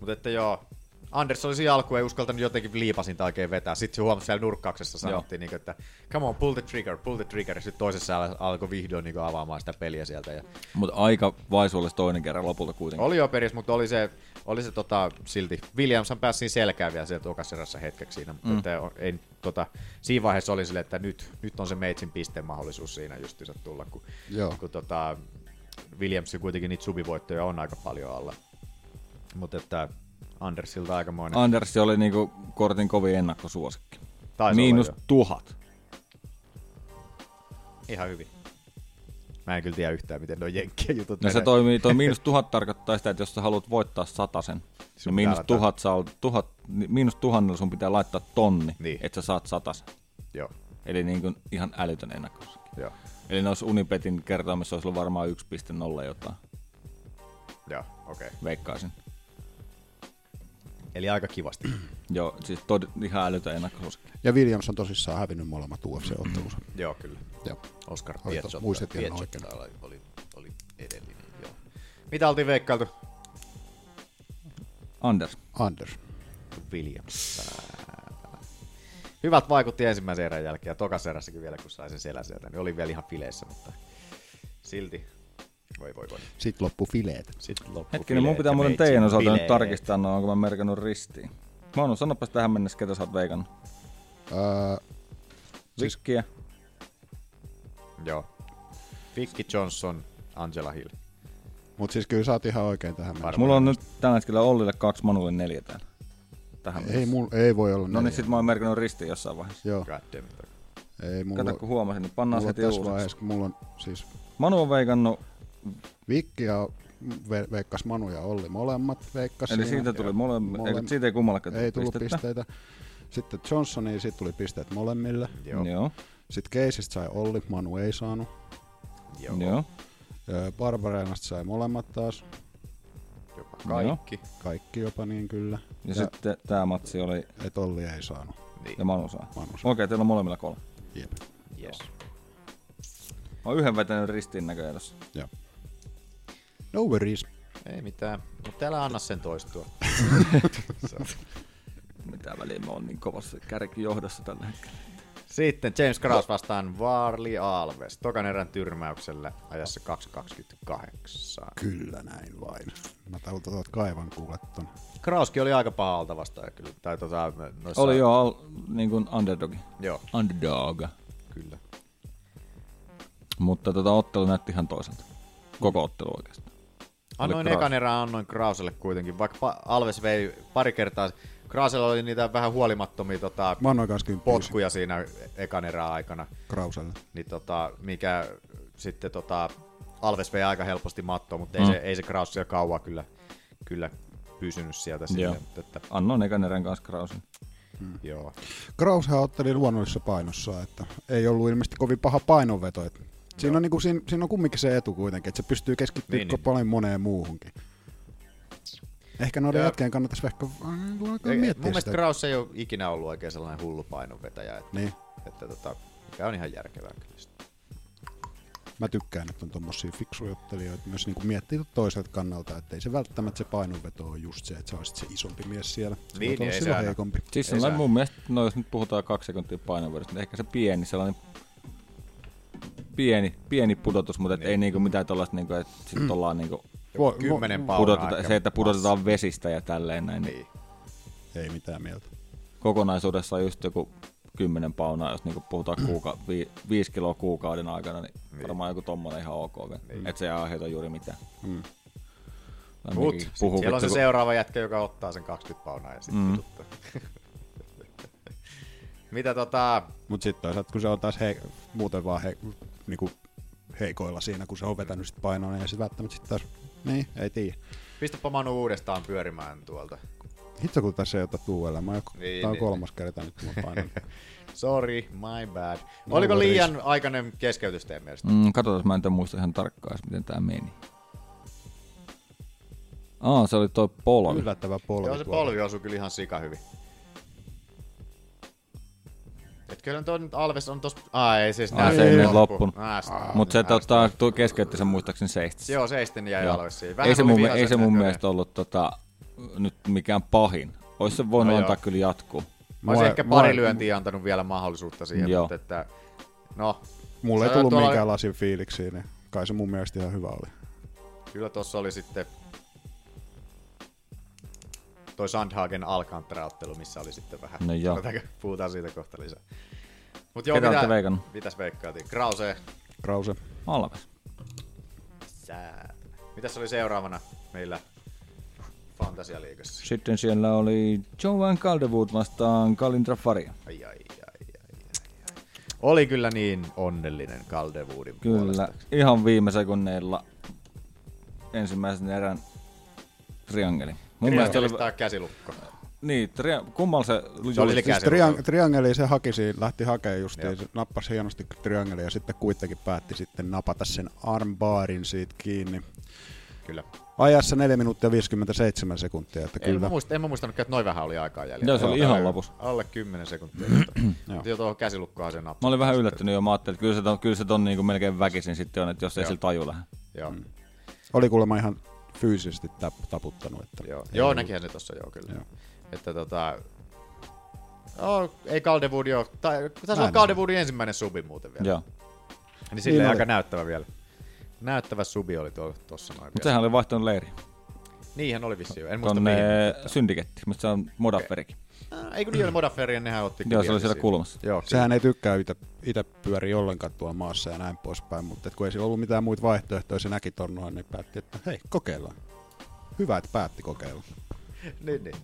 Mutta että joo, Anders oli siinä alkuun, ei uskaltanut jotenkin liipasinta oikein vetää. Sitten se huomasi siellä nurkkauksessa, sanottiin, niin kuin, että come on, pull the trigger, pull the trigger. Sitten toisessa al- alkoi vihdoin niin kuin, avaamaan sitä peliä sieltä. Ja
Mutta aika vaisulle toinen kerran lopulta kuitenkin.
oli jo peris, mutta oli se, oli se tota, silti. Williamson pääsi siinä selkään vielä sieltä tokaserassa hetkeksi siinä. Mutta
Mm.
että on- ei, tota, siinä vaiheessa oli silleen, että nyt, nyt on se meitsin pisteen mahdollisuus siinä justiinsa tulla, kun,
Joo.
kun tota, Williamsin kuitenkin niitä subivoittoja on aika paljon alla. Mutta että Andersilta aikamoinen.
Anders oli niinku kortin kovin ennakkosuosikki.
Taisi
Miinus
olla, joo.
tuhat.
Ihan hyvin. Mä en kyllä tiedä yhtään, miten nuo jenkkien jutut
No se
menee.
toimii, toi miinus tuhat tarkoittaa sitä, että jos sä haluat voittaa satasen,
Sun
niin miinus,
pitää
tuhat, saa, olla- tuhat, ni- miinus tuhannella sun pitää laittaa tonni,
Niin.
että sä saat satasen.
Joo.
Eli niin kuin ihan älytön ennakkosuosikki.
Joo.
Eli noissa Unipetin kertoimissa olisi ollut varmaan 1.0 jotain,
Joo, okei. Okay.
veikkaisin.
Eli aika kivasti.
Joo, siis tod, ihan älytön ennakkosuosikki.
Ja Williams on tosissaan hävinnyt molemmat UFC-ottelunsa.
Joo, kyllä.
Joo.
Oscar
Oli to-
Pietsotta.
muistit ihan
Pietsotta oli, oli, oli edellinen, joo. Mitä oltiin veikkailtu?
Anders.
Anders.
Williams. Hyvältä vaikutti ensimmäisen erän jälkeen ja tokas erässäkin vielä, kun sai sen selän sieltä, niin oli vielä ihan fileissä, mutta silti. Voi voi voi.
Sitten loppu fileet.
Sitten loppu
Hetkinen, mun
fileet
pitää
ja
muuten
meitsin
teidän osalta
bileet.
nyt tarkistaa, no, onko mä merkannut ristiin. Manu, sanopas tähän mennessä, ketä sä oot veikannut.
Öö,
Vikkiä.
Joo. Vicky Johnson, Angela Hill.
Mutta siis kyllä sä oot ihan oikein tähän mennessä.
Mulla on nyt tällä hetkellä Ollille kaksi, Manulle neljä täällä. Tähän
Ei, mul, ei voi olla
No niin,
neljä.
sit mä oon merkannut ristiin jossain vaiheessa.
Joo. Ei, mulla
Kato, kun huomasin, niin pannaan
mulla
heti
on tässä
uusiksi.
vaiheessa, kun mulla on siis
Manu on veikannut,
Vikki ja ve, veikkas Manu ja Olli molemmat veikkas.
Eli
siinä.
siitä tuli
Ja
molem- ei, kun siitä ei kummallakaan
Ei
tullut
tullut pisteitä. Sitten Johnsoniin siitä tuli pisteet molemmille.
Joo. Joo.
Sitten Keisistä sai Olli, Manu ei saanut.
Joo.
Joo.
Ö, Barbareenasta sai molemmat taas.
Jopa
kaikki.
Kaikki jopa niin kyllä.
ja, sitten tää matsi oli...
Et Olli ei saanut.
Niin.
Ja Manu saa.
Manu
Okei, teillä on molemmilla kolme.
Jep.
Yes.
Mä oon yhden vetänyt ristiin näköjään tossa.
Joo. No worries.
Ei mitään, mutta älä anna sen toistua. Se on-
Mitä väliä mä oon niin kovassa kärkijohdossa tällä hetkellä.
Sitten James Cross vastaan Varli Alves. Tokan erän tyrmäyksellä ajassa 2.28.
Kyllä näin vain. Mä tältä tuot kaivan kuvat ton.
Krauskin oli aika paha alta vastaan kyllä. Tai tota, noissa...
Oli joo, al, niin kuin underdogi.
Joo.
Underdog.
Kyllä.
Mutta tota ottelu näytti ihan toiselta. Koko ottelu oikeastaan.
Annoin
Oli Kraus.
ekan erään annoin Krauselle kuitenkin, vaikka pa- Alves vei pari kertaa. Krausella oli niitä vähän huolimattomia tota,
Mä annoin kans kymppiä
potkuja siinä ekan erään aikana.
Krauselle.
Niin tota, mikä sitten tota, Alves vei aika helposti mattoon, mutta ei,
Mm.
se, ei se Kraus siellä kauan kyllä, kyllä pysynyt sieltä.
Joo.
Sinne, mutta että,
Annoin ekan erän kanssa Krausin.
joo.
Kraushan otteli luonnollisessa painossa, että ei ollut ilmeisesti kovin paha painonveto. että Siinä on, niin kuin, siinä, siinä on kumminkin se etu kuitenkin, että se pystyy keskittymään
Niin,
niin,
niin.
paljon moneen muuhunkin. Ehkä noiden
Ja-
jätkien kannattaisi ehkä alkaa
Ei- Mun
miettiä
mielestä
sitä.
Kraus ei ole ikinä ollut oikein sellainen hullu painonvetäjä, että,
Niin.
että tota, mikä on ihan järkevää kyllä. sitten.
Mä tykkään, että on tommosia fiksuja ottelijoita myös niin kuin miettii tot toiselta kannalta, että ei se välttämättä se painonveto on just se, että sä olisit se isompi mies siellä. Sä
Niin,
voit olla
ei se
silloin
aina.
heikompi.
Siis sellainen mun mielestä, no jos nyt puhutaan kaksi sekuntia painovuodesta, niin ehkä se pieni sellainen pieni, pieni pudotus, mutta niin. ei niinku mitään tuollaista, niinku, että
Mm.
sit ollaan niinku
Voi- kymmenen
voi-
paunan
pudoteta-
aika
se, että pudotetaan vesistä ja tälleen näin. Niin.
Ei mitään mieltä.
Kokonaisuudessa on just joku 10 paunaa, jos niinku puhutaan kuuka, vi, 5 kiloa kuukauden aikana, niin,
Niin.
varmaan joku tommonen ihan ok. Niin.
Niin.
Että se ei aiheuta juuri mitään.
Mm.
Mut, sit siellä on se seuraava jätkä, joka ottaa sen 20 paunaa ja sitten
Mm.
mm. Mitä tota,
Mutta sitten toisaalta, kun se on taas hei, muuten vaan hei, niinku heikoilla siinä, kun se on vetänyt sit painoa, niin ei se välttämättä sitten taas, niin, ei tiedä.
pistäpä Manu uudestaan pyörimään tuolta.
Hitto kun tässä ei ota tuuella. Mä joku,
Niin,
tää on
niin,
kolmas kerta nyt kun mä painan.
Sorry, my bad.
No
Oliko
worries.
liian aikainen keskeytys teidän mielestä?
Mm, katsotaan, mä en tän muista ihan tarkkaan, miten tää meni. Aa, se oli toi polvi.
Yllättävä polvi.
Joo, se
tuolla.
polvi osui kyllä ihan sika hyvin. Et kyllä toi nyt Alves on tos... Ai ei siis
Aa,
näin.
se ei nyt loppunut.
Ah, st-
Mutta se tota, tuo keskeytti sen muistaakseni seistis.
Joo, seistin niin jäi Alves siihen. Vähän
Ei se
tuli
mun,
vihaset
ei se mun
näköinen.
mielestä ollut tota, nyt mikään pahin. Ois se voinut
No
no
joo.
antaa kyllä jatkuu.
Mä olisin ehkä pari lyöntiä antanut vielä mahdollisuutta siihen,
Joo.
mutta että... No,
Mulla ei
se-
tullut
tuolla-
minkään lasin fiiliksiä, niin kai se mun mielestä ihan hyvä oli.
Kyllä tuossa oli sitten toi Sandhagen Alcantara-ottelu, missä oli sitten vähän.
No joo.
Sanotaanko, Puhutaan siitä kohta lisää. Mut joo,
Ketä
mitä,
olette veikannut?
mitäs veikkailtiin? Krause,
Krause.
Alves.
sää. Mitäs oli seuraavana meillä Fantasialiigassa?
Sitten siellä oli Jovan Calderwood vastaan Kalindra Faria.
Ai, ai, ai, ai, ai. Oli kyllä niin onnellinen Calderwoodin
Kyllä, ihan viime sekunneilla ensimmäisen erän triangeli. Mun mielestä oli...
oli... käsilukko.
Niin, tri... kummalla se...
oli se
Siis triang- triangeli se haki, siinä, lähti hakemaan justiin, se nappasi hienosti triangelia ja sitten kuitenkin päätti sitten napata sen armbaarin siitä kiinni.
Kyllä.
Ajassa 4 minuuttia 57 sekuntia, että
En mä,
kyllä.
muista, en mä muistanut, että noin vähän oli aikaa jäljellä.
Joo, se oli ihan
alle-
lopussa.
Alle 10 sekuntia. Mutta jo tuohon käsilukkoon se nappi.
Mä olin vähän yllättynyt jo, mä ajattelin, että kyllä se ton, kyllä se ton niinku melkein väkisin sitten on, että jos ei
Joo.
sillä taju lähde.
Joo. Mm.
Oli kuulemma ihan fyysisesti tap- taputtanut. Että
Joo,
ei
joo
ollut-
näkihän se tossa joo kyllä.
Joo.
Että tota... Oh, ei Caldewood joo. Tai, tässä on
Näin
Caldewoodin ensimmäinen subi muuten vielä.
Joo.
Niin silleen
Niin
aika
oli.
näyttävä vielä. Näyttävä subi oli tuo, tossa noin
Mutta
vielä.
sehän oli vaihtanut leiri.
Niinhän oli vissi jo. En muista
Tonne
mihin.
syndiketti, mistä se on Modaferikin.
Ah, Ei kun niillä Modaferien, nehän otti
Joo, se
kuvia
oli siellä
vissiin.
kulmassa.
Joo, kyllä.
Sehän ei tykkää itä, itä pyöri ollenkaan tuolla maassa ja näin poispäin, mutta et kun ei sillä ollut mitään muita vaihtoehtoja, se näki ton noin, niin päätti, että hei, kokeillaan. Hyvä, että päätti kokeilla.
niin, niin.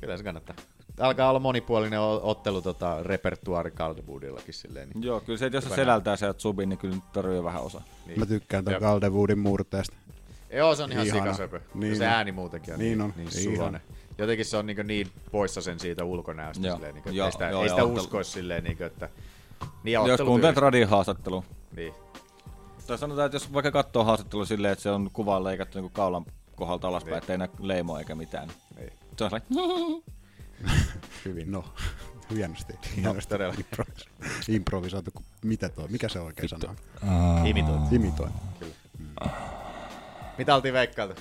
Kyllä se kannattaa. Alkaa olla monipuolinen o- ottelu tota, repertuaari Caldewoodillakin silleen. Niin.
Joo, kyllä se, että jos se
Hyvä
selältää sieltä subin, niin kyllä nyt tarvii vähän osaa.
Niin.
Mä tykkään ton
Jep.
Caldewoodin murteesta.
Joo, se on ihan
Ihana.
sikasöpö. Niin
Niin
se
on.
ääni muutenkin on
Niin
niin,
on.
niin
Ihana.
sulonen. Jotenkin se on niin, niin poissa sen siitä ulkonäöstä.
Joo.
Silleen, niin kuin,
Joo,
ei sitä,
joo,
ei
ja
sitä
ottelu.
uskoisi silleen, niin kuin, että... Niin, ja
Jos
ottelu
kuuntelet
tyyli.
radin haastattelua.
Niin.
Tai sanotaan, että jos vaikka katsoo haastattelua silleen, että se on kuvaan leikattu niin kaulan kohdalta alaspäin, ettei näy leimoa eikä mitään.
Niin.
Se on sellainen... "Hmm,
Hyvin, no. Hienosti.
No,
Hienosti.
todella.
Improvis- improvisoitu. Ku- Mitä toi? Mikä se oikein sana on?
Imitointi.
Imitointi.
Kyllä. Mm. Mitä oltiin veikkailtu?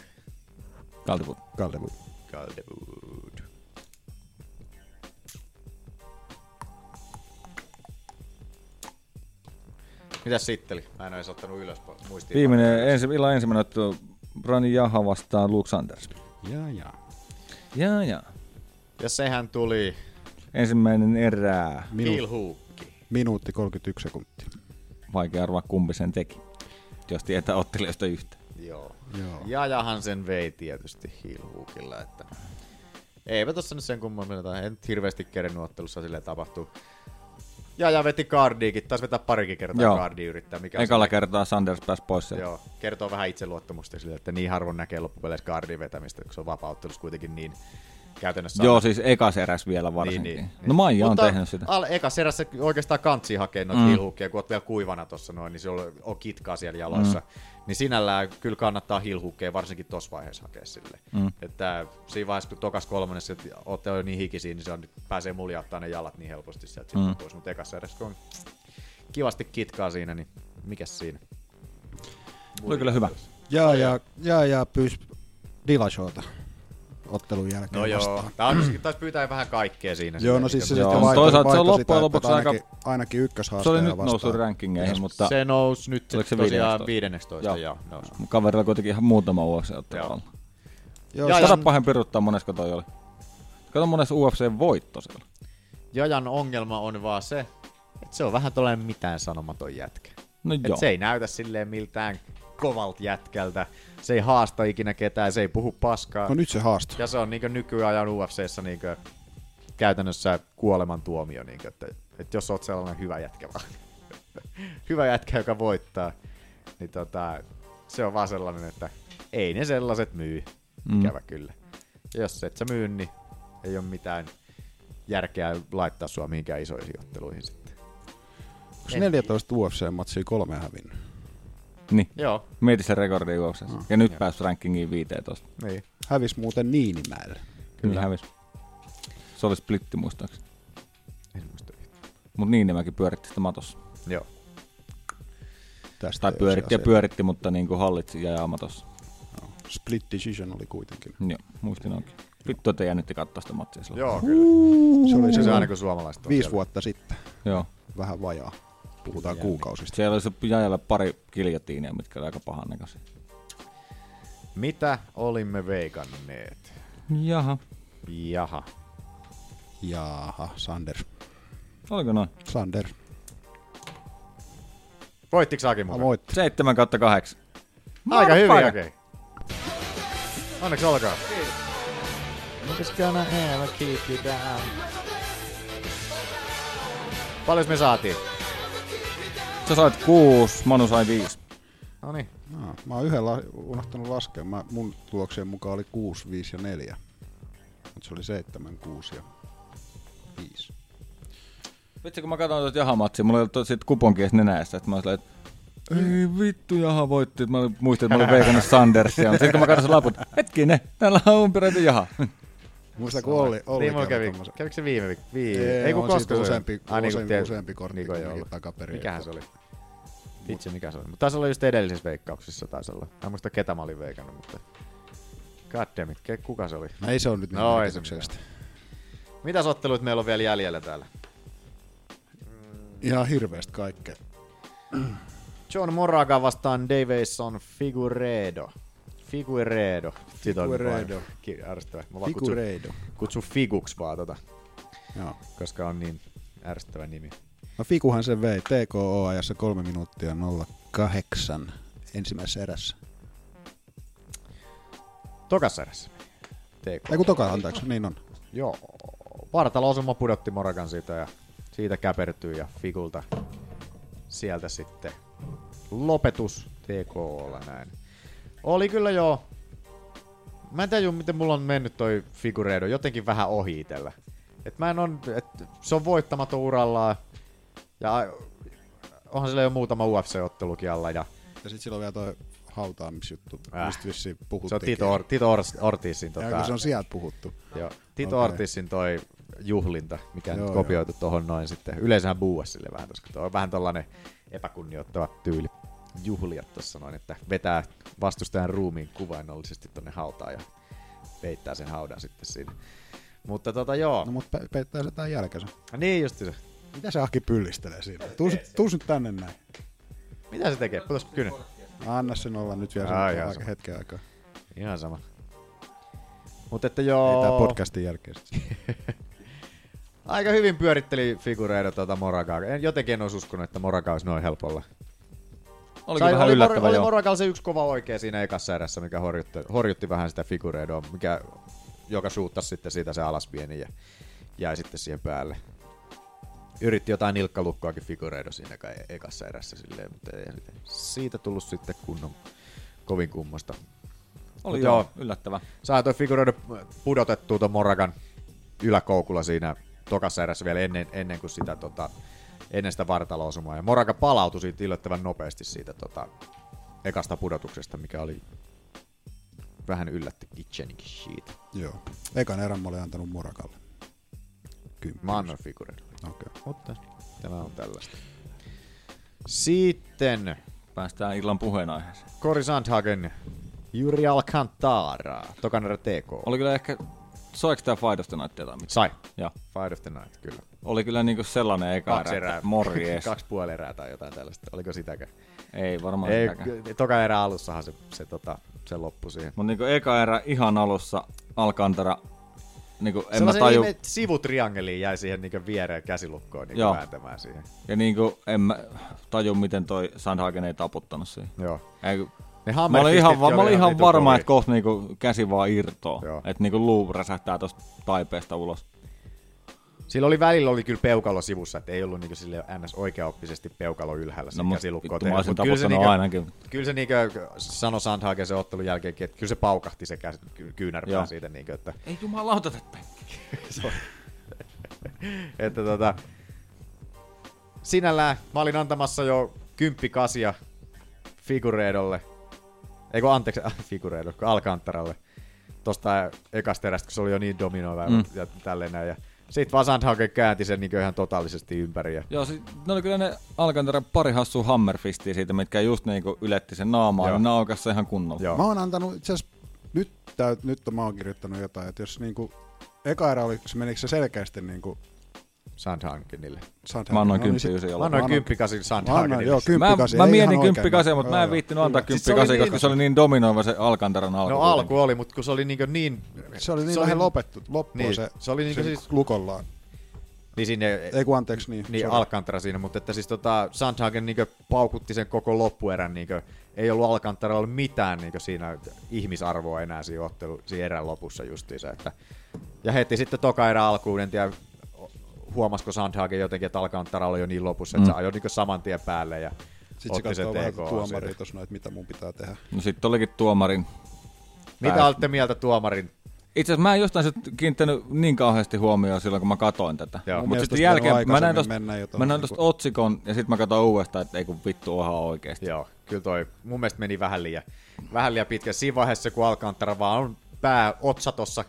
Kaltipuut.
Caldewood.
Caldewood. Mitäs sitteli? Mä en ole edes ottanut ylös po- muistiin.
Viimeinen, ensi, illan ensimmäinen ottelu, Brani Jaha vastaan Luke Sanders.
Jaa, jaa.
Jaa, jaa.
Ja sehän tuli
Ensimmäinen erää.
Kilhuukki.
Minuutti 31 sekuntia.
Vaikea arvaa, kumpi sen teki. Jos tietää ottelijoista yhtä.
Joo.
Joo.
Ja jahan sen vei tietysti Hilhuukilla, että eipä tossa nyt sen kumman mennä, en nyt hirveästi kerennyt ottelussa silleen tapahtuu. Ja ja veti kardiikin, taisi vetää parikin kertaa Joo. kardi yrittää, mikä on
Ekalla
sekin-
kertaa Sanders pääsi pois sieltä.
Joo, kertoo vähän itseluottamusta sille, että niin harvoin näkee loppupeleissä kardin vetämistä, kun se on vapauttelussa kuitenkin niin käytännössä.
Joo, siis ekas eräs vielä varsinkin.
Niin,
No Maija on
Mutta
tehnyt sitä.
Al, eka serässä oikeastaan kantsi hakee noita
Mm.
mm. hilhukkia, kun oot vielä kuivana tuossa noin, niin se on, on kitkaa siellä jaloissa. Mm. Niin sinällään kyllä kannattaa hilhukkeja varsinkin tuossa vaiheessa hakea sille. Mm.
Mm.
Että siinä vaiheessa, kun tokas kolmannessa että ootte jo niin hikisiin, niin se on, pääsee muljauttaa ne jalat niin helposti sieltä mm.
Mm.
pois. Mutta ekassa serässä, kun on kivasti kitkaa siinä, niin mikäs siinä?
Oli kyllä hyvä.
Jaa, jaa, jaa, jaa, pyys Dilashota ottelun jälkeen
No joo,
vastaan.
tää on, taisi pyytää vähän kaikkea siinä.
Joo,
Silleen,
no
niin
siis se
kuin-
sitten vaihtoi,
toisaalta se on
vaihtoi
loppujen
sitä,
lopuksi
että
aika-
ainakin, ainakin
Se
ykköshaasteja
oli nyt
vastaan.
noussut rankingeihin, mutta...
Se nousi nyt
Oliko se
tosiaan
15?
15, joo. joo.
Mun Kaverilla kuitenkin ihan muutama UFC ottaa
Joo,
Joo,
ja-
ja, pahin piruttaa monesko toi oli. Kato monessa UFC voitto siellä.
Jajan ongelma on vaan se, että se on vähän tuollainen mitään sanomaton jätkä.
No
Et
joo.
se ei näytä silleen miltään kovalta jätkältä. Se ei haasta ikinä ketään, se ei puhu paskaa.
No nyt se haastoi.
Ja se on niinkö nykyajan UFCssä niinkö käytännössä kuoleman tuomio, niinkö, että, että jos oot sellainen hyvä jätkä vaan. hyvä jätkä, joka voittaa, niin tota, se on vaan sellainen, että ei ne sellaiset myy,
Mm.
ikävä kyllä. Ja jos et sä myy, niin ei ole mitään järkeä laittaa sua mihinkään isoihin otteluihin sitten.
Onko 14 UFC-matsia kolme hävinnyt?
Niin.
Joo.
Mieti sen rekordi UFCssä.
Mm.
Ja nyt pääsi rankingiin 15.
Niin.
Hävis muuten Niinimäelle.
Kyllä hävis. Se oli splitti muistaakseni.
En muista yhtään.
Mut Niinimäki pyöritti sitä matossa.
Joo.
Tästä
Tai
ei
pyöritti ja
ole se asia.
pyöritti, mutta niin kuin hallitsi ja matossa.
No, Split decision oli kuitenkin.
Joo, muistin oikein. Vittu, että jännitti katsoa sitä matsia silloin.
Joo, kyllä. Se oli se, se aina kun suomalaiset on
Viisi
siellä.
vuotta sitten.
Joo.
Vähän vajaa. Puhutaan
Jännitti.
kuukausista.
Siellä oli se jäljellä pari kiljotiinia, mitkä oli aika pahan näköisiä.
Mitä olimme veikanneet?
Jaha.
Jaha.
Jaaha, Sander.
Oliko noin?
Sander.
Voittiko saakin mukaan?
Voit.
7 kautta 8.
Aika hyvin, okei.
Motherfucker.
Okay. Onneksi olkaa. I'm just gonna have a keep you down. Paljon me saatiin?
Sä sait 6, Manu sai 5.
No niin.
No, mä oon yhden la- unohtanut laskea. Mä, mun tulokseen mukaan oli 6, 5 ja 4. Mutta se oli 7, 6 ja 5.
Vitsi, kun mä katsoin tuota jahamatsia, mulla ei ollut siitä kuponkia edes nenässä, että mä olin silleen, että ei vittu, jaha voitti. Mä olin- muistin, että mä olin veikannut Sandersia, mutta sitten kun mä katsoin sen laput, hetkinen, täällä on umpiraita jaha.
Muista kun Olli, Olli
niin mulla
kävi
kävi,
tommosen.
kävikö se viime viikko? Vii...
Ei,
Ei kun
on
koska
siitä
se oli?
useampi-
Ai niin, kun
useampi-
tiedät-
useampi kortti
niin, kun ei
kuitenkin
ollut.
takaperin,
Mikähän se
että-
oli? Vitsi, mikä se oli? Mutta taisi olla just edellisessä veikkauksessa taisi olla. Mä en muista ketä mä olin veikannut, mutta... Goddammit, ke- kuka se oli?
No ei se ole nyt niin
No ei se
merkityksellistä.
mitään. Mitäs otteluita meillä on vielä jäljellä täällä?
Ihan hirveästi kaikkea.
John Moraga vastaan Davison Figueredo. Figueredo. Siitä on
Figueiredo.
vain ki- ärsyttävä. Mä vaan kutsun,
Figueiredo.
kutsun Figuks vaan tota,
Joo.
koska on niin ärsyttävä nimi.
No Fikuhan se vei TKO-ajassa 3 minuuttia 08 ensimmäisessä erässä.
Tokassa erässä. TK.
Ei kun toka, anteeksi, niin on.
Joo. Vartalo osuma pudotti Moragan siitä ja siitä käpertyy ja Figulta sieltä sitten lopetus TKOlla näin. Oli kyllä joo. Mä en tajua, miten mulla on mennyt toi Figureido jotenkin vähän ohi itellä. Et mä en on, et se on voittamaton urallaan ja onhan sillä jo muutama UFC-ottelukin alla ja
Ja sit silloin vielä toi hautaamisjuttu,
Äh.
äh. mistä vissiin
se on
puhuttiinkin.
Tito, Or- Tito Ors- Ortizin
Ja
tota,
kun se on sieltä puhuttu.
Joo. Tito
Okei.
okay. Ortissin toi juhlinta, mikä joo,
Joo,
nyt kopioitu tuohon noin sitten. Yleensähän buuas sille vähän, koska tuo on vähän tollanen epäkunnioittava tyyli juhlia tuossa noin, että vetää vastustajan ruumiin kuvainnollisesti tonne hautaan ja peittää sen haudan sitten siinä. Mutta tota joo,
No mut pe- peittää se tää jälkensä.
niin just se.
Mitä se ahki pyllistelee siinä? Tuus, tuus nyt tänne näin.
Mitä se tekee? Putos kynnen.
Anna sen olla nyt vielä sen
Ai, ihan
aika-
sama.
hetken aikaa.
Ihan sama. Mutta että
Ei
joo.
tää podcastin jälkeen.
Aika hyvin pyöritteli figureita tuota Moragaa. En, jotenkin en olisi uskonut, että Moraga olisi noin helpolla.
Olikin vähän
oli,
yllättävä,
oli
joo.
Moragalla se yksi kova oikea siinä ekassa erässä, mikä horjutti, horjutti vähän sitä figureidoa, mikä, joka suuttasi sitten siitä se alas pieni ja jäi sitten siihen päälle. Yritti jotain nilkkalukkoakin figureido siinä kai ekassa erässä silleen, mutta ei sitten- siitä tullut sitten kunnon kovin kummosta.
Oli
Mut
joo, yllättävä.
Saa toi figuroida pudotettua ton Moragan yläkoukulla siinä tokassa erässä vielä ennen, ennen kuin sitä tota, ennen sitä vartalosumaa. Ja Moraga palautui siitä yllättävän nopeasti siitä tota, ekasta pudotuksesta, mikä oli vähän yllätti itsenikin siitä.
Joo. Ekan erän mä olin antanut Morakalle. Kymppi.
Mä annan figureille.
Okei. Okay.
Mutta tämä on tällaista. Sitten
Päästään illan puheenaiheeseen.
Cory Sandhagen, Juri Alcantara, tokan erä TK.
Oli kyllä ehkä, soiko tää Fight of the Night jotain? mitään?
Sai.
Joo.
Fight of the Night, kyllä.
Oli kyllä niinku sellainen eka
Kaksi
erä,
erää.
että morjes.
Kaksi puoli erää tai jotain tällaista. Oliko sitäkään?
Ei varmaan
Ei,
sitäkään.
ky- toka erä alussahan se, se, tota, se loppui siihen.
Mutta niinku eka erä ihan alussa Alcantara, niinku en mä
Sellaisen
taju...
ihme sivutriangeliin jäi siihen niin viereen käsilukkoon niin
Joo.
vääntämään siihen.
Ja niinku en mä taju, miten toi Sandhagen ei taputtanut siihen.
Joo.
Ei, kun-
Ne
mä olin ihan,
hammerfistit
va-
oli
mä olin
ihan
ihan
vitun
varma,
kovia.
että kohta niinku käsi vaan irtoo. Että niinku luu räsähtää tosta taipeesta ulos.
Sillä oli välillä oli kyllä peukalo sivussa, että ei ollut niinku sille ns. oikeaoppisesti peukalo ylhäällä sen
No,
no,
mut
käsilukkoon.
vittu, mä
tehnyt.
olisin
Mut kyllä se
taputtanut ainakin.
Kyllä se niinku sanoi Sandhagen sen ottelun jälkeenkin, että kyllä se paukahti se käs, ky- kyynärpää
Joo.
siitä. Niinku, että
Ei jumalauta tätä penkkiä.
että tota, sinällään mä olin antamassa jo kymppikasia figureedolle. Eikö anteeksi, äh, figureedolle, kun Alcantaralle. Tosta ekasta erästä, kun se oli jo niin dominoiva mm.
Mm.
ja tälleen näin. Ja sit vaan Sandhagen käänti sen niin ihan totaalisesti ympäri. Ja
Joo, siis, ne oli kyllä ne Alcantara pari hassua hammerfistiä siitä, mitkä just niinku yletti sen naamaan
Joo.
ja naukassa ihan kunnolla.
Mä oon antanut itse asiassa, nyt, tää, nyt mä oon kirjoittanut jotain, että jos niinku, eka erä oli, se menikö se selkeästi niinku
Sandhagenille.
Sandhagenille?
Mä annoin
No niin, sit-
kymppiysi jollain.
Mä annoin kymppikasin
Mä annoin,
Sandhagenille.
joo,
Mä,
kymppikasi.
mä
ei
mietin
ihan oikein,
kymppikasia, mutta mä
joo,
en
joo.
viittänyt antaa
Siis se oli
kymppikasia, koska
niin-
se oli niin dominoiva se Alcantaran alku.
No
kuitenkin.
alku oli, mutta kun se oli niin, niin
Se oli niin se vähän lopettu, loppua
niin,
se,
se oli niin
sen
siis,
lukollaan.
niin sinne,
Ei kun anteeksi, niin.
niin
sori.
Alcantara siinä, mutta että siis tota, Sandhagen niin paukutti sen koko loppuerän, niin ei ollut Alcantaralla mitään niin siinä ihmisarvoa enää siinä, ottelu, siinä erän lopussa justiinsa. Että, ja heti sitten toka erä alkuun, en tiedä huomasiko Sandhagen jotenkin, että Alcantara oli jo niin lopussa, että
Mm.
se ajoi niin saman tien päälle ja
Sitten se
otti sen
katsoo vähän
TKO
tuomaria
siitä.
tuossa noin, että mitä mun pitää tehdä.
No sitten olikin tuomarin.
Mitä olette mieltä tuomarin?
Itse asiassa mä en jostain syystä kiinnittänyt niin kauheasti huomioon silloin, kun mä katoin tätä.
Joo. Mun
Mutta
mielestä
sitten
olisi pitänyt
jälkeen mä näin
aikaisemmin
tosta,
mennä jo tuohon
mä näin tosta
niinku-
otsikon ja sitten mä katsoin uudestaan, että ei kun vittu oha oikeesti.
Joo, kyllä toi mun mielestä meni vähän liian, vähän liian pitkä. Siinä vaiheessa, kun Alcantara vaan on pää otsa tossa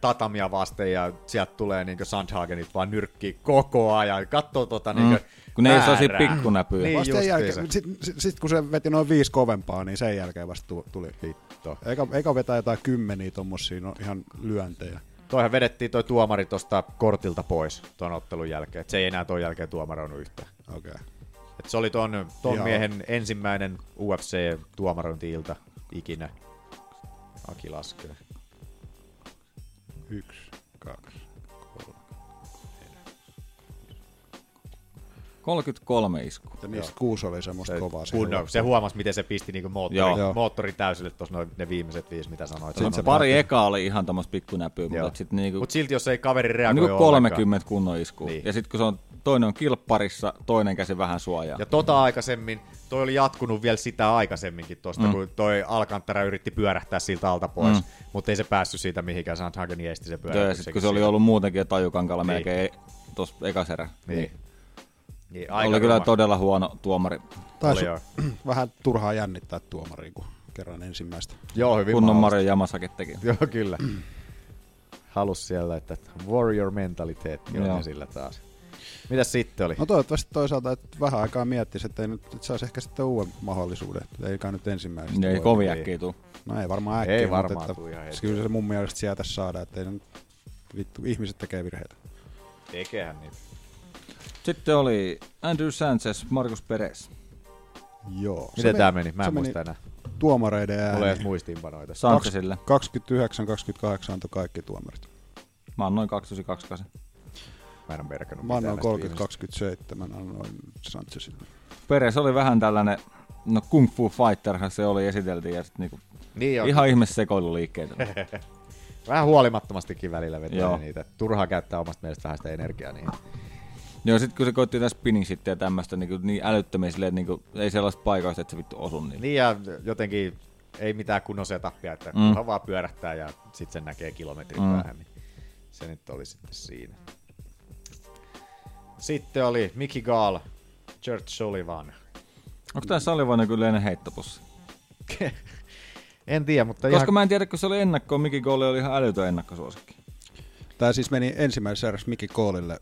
tatamia vasten ja sieltä tulee niin Sandhagenit vaan nyrkkii koko ajan. Katsoo tota
Mm,
niin
kun ne ei saisi pikkunäpyjä.
Niin
vasta sen
justiinsa.
jälkeen, sit, sit, sit, kun se veti noin viisi kovempaa, niin sen jälkeen vasta tu- tuli
hitto.
Eikä, eikä vetää jotain kymmeniä tommosia no, ihan lyöntejä.
Toihan vedettiin toi tuomari tosta kortilta pois ton ottelun jälkeen. Et se ei enää ton jälkeen tuomaroinut yhtään.
Okei.
Et se oli ton, ton
Joo.
miehen ensimmäinen UFC-tuomarointi-ilta ikinä. Aki laskee.
Yksi, kaksi, kolme.
33 isku.
Ja
niin
niistä kuusi oli semmoista kovaa.
Kun no,
siinä
se huomasi, miten se pisti niinku
Joo.
moottori,
Joo.
moottori täysille tuossa noin ne viimeiset viisi, mitä sanoit.
Sitten se pari ekaa oli ihan tämmöistä pikkunäpyä, mutta
Joo.
et sit niinku,
Mut silti jos ei kaveri reagoi
niinku
ollenkaan.
30 kunnon iskua. Niin. Ja sitten kun se on, toinen on kilpparissa, toinen käsi vähän suojaa.
Ja tota aikaisemmin, toi oli jatkunut vielä sitä aikaisemminkin tuosta,
Mm.
mm. kun toi Alcantara yritti pyörähtää siltä alta pois,
Mm.
mm. mutta ei se päässyt siitä mihinkään, Sandhagen esti se
Joo, ja
pyörähtyksen.
sitten kun se oli ollut muutenkin jo tajukankalla
Niin.
melkein tuossa ekaserä.
Niin. Niin, aika
oli kyllä
ruma.
todella huono tuomari.
Taisi vähän turhaa jännittää tuomariin, kun kerran ensimmäistä.
Joo, hyvin
Kunnon
mahdollista.
Mario Yamasaki teki.
Joo, kyllä. Halus siellä, että warrior mentaliteetti
Joo.
on sillä taas. Mitäs sitten oli?
No toivottavasti toisaalta, että vähän aikaa miettisi, että ei nyt että saisi ehkä sitten uuden mahdollisuuden. Että Ei kai nyt ensimmäisestä.
Niin Ei
niin.
voi-
kovin äkkiä tuu.
No ei varmaan äkkiä.
Ei
mutta
varmaan
että siis
tuu ihan heti.
Kyllä se mun mielestä sieltä saada, että ei nyt, vittu, ihmiset tekee virheitä.
Tekehän niitä.
Sitten oli Andrew Sanchez, Markus Perez.
Joo.
Miten tää meni? Mä en muista enää.
Tuomareiden
Mulla
ääni.
ei edes muistiinpanoita.
Sanchezille.
29-28 antoi kaikki tuomarit.
No
Mä annoin 292.
Mä en oo merkannut
Mä annoin
mitään näistä
30-27, annoin Sanchezille.
Perez oli vähän tällainen, no kung fu fighterhan se oli, esiteltiin ja sitten niinku,
Niin on.
ihan ihme sekoiluliikkeitä.
viimeisistä. Vähän huolimattomastikin välillä vetää
Joo.
niitä. Turhaa käyttää omasta mielestä vähän sitä energiaa niin- niihin.
Joo, sit kun se koitti jotain spinning sitten ja tämmöistä niin, niin älyttömiä silleen, että niinku, ei sellaista paikoista, että se vittu osu niin.
Niin ja jotenkin ei mitään kunnon setappia, että
Mm.
mm. vaan pyörähtää ja sitten sen näkee kilometrin
Mm.
mm. päähän. Niin se nyt oli sitten siinä. Sitten oli Mickey Gall, George Sullivan.
Onko tää Salivainen kyllä ennen heittopussi?
En tiedä, mutta
Koska
ihan...
mä en tiedä, kun se oli ennakko, Miki Golle oli ihan älytön ennakkosuosikki.
Tämä siis meni ensimmäisessä erässä Mikki Koolille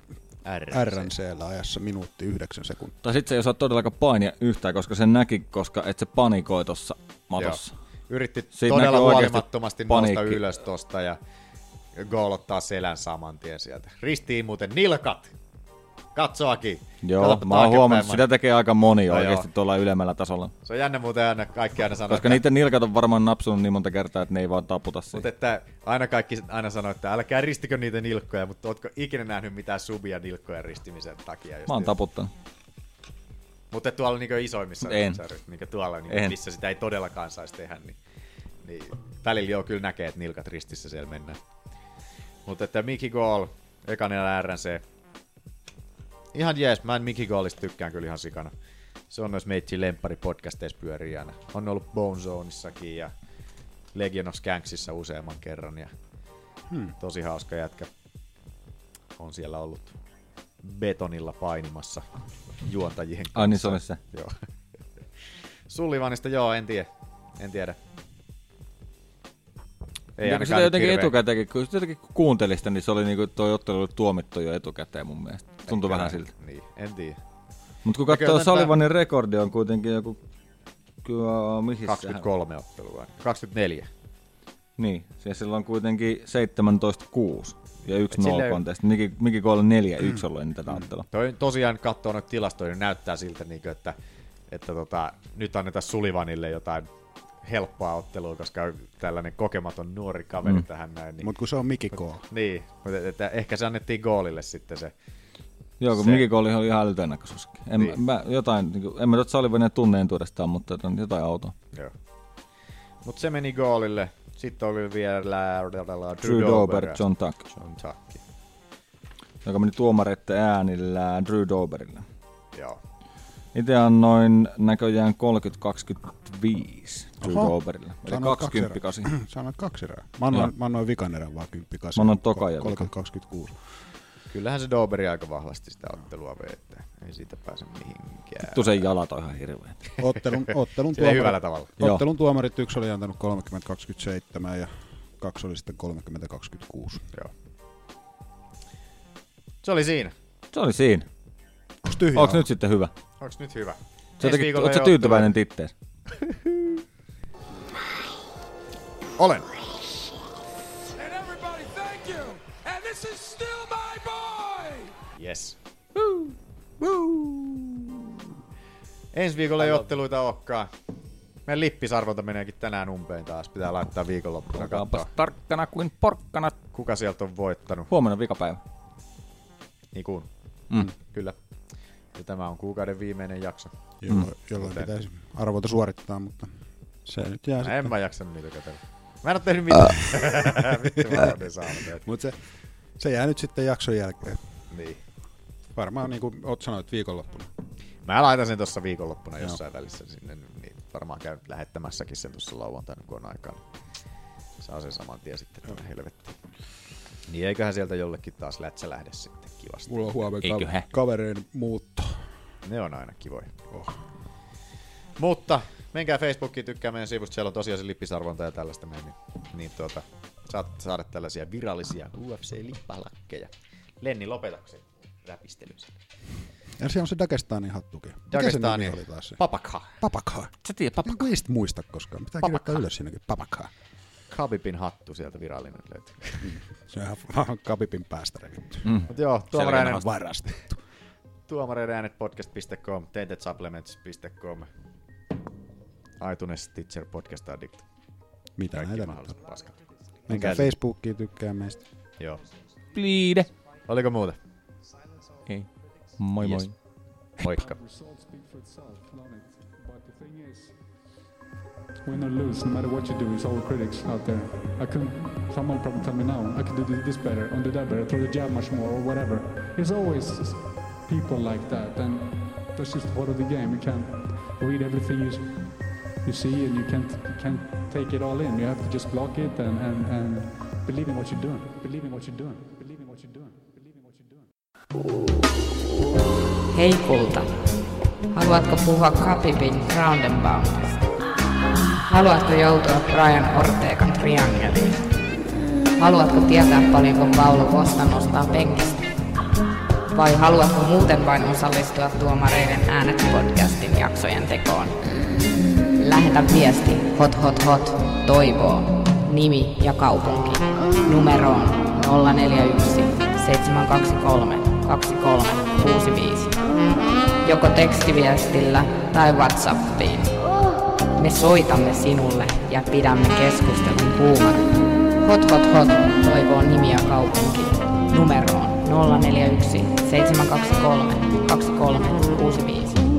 RNC.
RNCllä ajassa minuutti 9 sekuntia.
Tai sit se ei osaa todellakaan painia yhtään, koska sen näki, koska et se panikoi tossa matossa.
Joo. Yritti
Siitä
todella
näkyy oikeasti
huolimattomasti nousta ylös tosta ja goal ottaa selän saman tien sieltä. Ristiin muuten nilkat! Katsoakin.
Joo,
Katsotaan
mä oon huomannut,
taaksepäin.
sitä tekee aika moni
No
oikeasti
joo.
tuolla ylemmällä tasolla.
Se on jännä muuten aina, kaikki aina sanoo, että,
Koska niiden nilkat on varmaan napsunut niin monta kertaa, että ne ei vaan taputa
mutta
siihen.
että aina kaikki aina sanoo, että älkää ristikö niitä nilkkoja, mutta ootko ikinä nähnyt mitään subia nilkkojen ristimisen takia?
Mä oon taputtanut.
Mutta tuolla niinku isoimmissa
En.
sarjoissa, niinku tuolla, niinku,
En.
missä sitä ei todellakaan saisi tehdä, niin, niin välillä joo kyllä näkee, että nilkat ristissä siellä mennään. Mutta että Miki Goal, ekanella RNC. Ihan jees, mä en Miki Goalista tykkään kyllä ihan sikana. Se on myös meitsi lempari podcasteissa pyörii aina. On ollut Bone Zoneissakin ja Legion of Skanksissa useamman kerran. Ja
Hmm.
Tosi hauska jätkä. on siellä ollut betonilla painimassa juontajien kanssa.
Ai niin se oli se.
Joo. Sullivanista joo, en tiedä. En tiedä.
Ei niin, kun sitä jotenkin hirveä. etukäteen, kun sitä jotenkin kun kuuntelin sitä, niin se oli niinku toi ottelu oli tuomittu jo etukäteen mun mielestä. Tuntui
Ehkä
vähän
näin.
siltä.
Niin, en tiedä.
Mutta kun
Näköjään
katsoo
tää-
Salivanin rekordi on kuitenkin joku... Kyllä, mihin
23 ottelua. 24.
Niin, siis sillä on kuitenkin 17-6 ja yksi
Et
no
sillä ei-
contest. Miki, Miki Kolla 4-1 ollut ennen tätä ottelua.
Toi tosiaan katsoo noita tilastoja, niin näyttää siltä, niin kuin, että, että tota, nyt annetaan Sulivanille jotain helppoa ottelua, koska tällainen kokematon nuori kaveri
Mm.
mm. tähän näin. Niin,
Mutta kun se on mikikoa.
niin mutta et- että ehkä se annettiin goalille sitten se.
Joo, kun
se-
Miki Kolla oli ihan lytynäköisyyskin. En,
Niin.
niin. mä, jotain, niin kuin, en mä tuota Salivania tunne entuudestaan, mutta on jotain autoa.
Joo. Mutta se meni goalille. Sitten oli vielä
Drew Dober, John Tuck.
John Tuck.
joka meni tuomareiden äänillä Drew Doberille.
Joo.
Itse annoin näköjään 30-25 Drew
Oho.
Doberille.
Sä
Eli
annoit kaksi
20 kasi.
erää. Sä annoit kaksi erää. Mä annoin,
Joo.
mä annoin vikan erän vaan kymppikasi.
Mä annoin toka ja
26.
Kyllähän se Doberi aika vahvasti sitä ottelua vei, että ei siitä pääse mihinkään.
Vittu sen jalat on ihan hirveet.
Ottelun,
Silleen
ottelun, tuomarit,
hyvällä tavalla.
ottelun tuomarit yksi oli antanut 30-27 ja kaksi oli sitten 30-26.
Joo. Se oli siinä.
Se oli siinä.
Onks tyhjä
Onks
on?
nyt sitten hyvä?
Onks nyt hyvä?
Sä
Ensi
jotenkin,
viikolla
oot sä
ei
tyytyväinen tittees?
Olen.
And everybody, thank you. And this is still my boy.
Yes. Ensi viikolla ei otteluita olekaan. Meidän lippisarvonta meneekin tänään umpeen taas. Pitää laittaa viikonloppuna
Olkaapas
katsoa,
tarkkana kuin porkkana.
kuka sieltä on voittanut.
Huomenna vikapäivä.
Niin kuin.
Mm.
Kyllä. Ja tämä on kuukauden viimeinen jakso.
Jolloin,
Mm. No
jolloin
Joten-
pitäisi arvoita suorittaa, mutta se nyt jää
Mä en
sitten.
mä jaksanut niitä katsella. Mä en oo tehnyt
Äh.
mitään. Vittu mä oon niin saanut.
Mut se, se jää nyt sitten jakson jälkeen.
Niin.
Varmaan niin kuin oot sanoit viikonloppuna.
Mä laitan sen tuossa viikonloppuna
Joo.
jossain välissä sinne, niin varmaan käyn lähettämässäkin sen tuossa lauantaina, kun on aikaa. niin Saa sen saman tien sitten tänne helvettiin. Niin eiköhän sieltä jollekin taas lätsä lähde sitten kivasti.
Mulla on huomenna
Eiköhän.
ka- kavereen muutto.
Ne on aina kivoja.
Oh.
Mutta menkää Facebookiin, tykkää meidän sivusta, siellä on tosiaan se lippisarvonta ja tällaista näin, niin, niin tuota, saat saada tällaisia virallisia UFC-lippalakkeja. Lenni, lopetatko se räpistelynsä?
Ja siellä on se Dagestanin hattukin. Mikä se
Dagestaan
nimi oli taas se?
Papakha.
Papakha.
Sä tiedät,
En kun ei sit muista koskaan. Pitää
Papakha.
kirjoittaa ylös sinnekin. Papakha.
Khabibin hattu sieltä virallinen löytyy.
Se on ihan vaan kapipin päästä revitty.
Mm.
Mut joo, tuomareiden,
Selkeä varastettu.
tuomareiden äänet podcast.com, taintedsupplements.com, iTunes, Stitcher, Podcast Addict, kaikki
Mitä näitä nyt on?
mahdolliset paskat.
Menkää
Mikäli-
Facebookiin, tykkää meistä.
Joo.
Pliide.
Oliko muuta?
Ei. Moi moi.
Yes. Moikka.
Results speak for itself, not it. But the thing is, win or lose, no matter what you do, it's all critics out there. I could someone probably tell me now, I could do this better, or do that better, throw the jab much more, or whatever. There's always s- people like that, and that's just part of the game. You can't read everything you s- you see, and you can't you can't take it all in. You have to just block it and and, and believe in what you're doing. Believe in what you're doing. Believe in what you're doing.
Hei kulta. Haluatko puhua Kapipin Ground and Boundista? Haluatko joutua Brian Ortegan triangeliin? Haluatko tietää paljonko Paulo Costa nostaa penkistä? Vai haluatko muuten vain osallistua Tuomareiden äänet podcastin jaksojen tekoon? Lähetä viesti hot hot hot toivoo nimi ja kaupunki numeroon 041 723 2365 joko tekstiviestillä tai Whatsappiin. Me soitamme sinulle ja pidämme keskustelun kuumana. Hot hot hot toivoo nimi ja kaupunki numeroon 041 723 2365.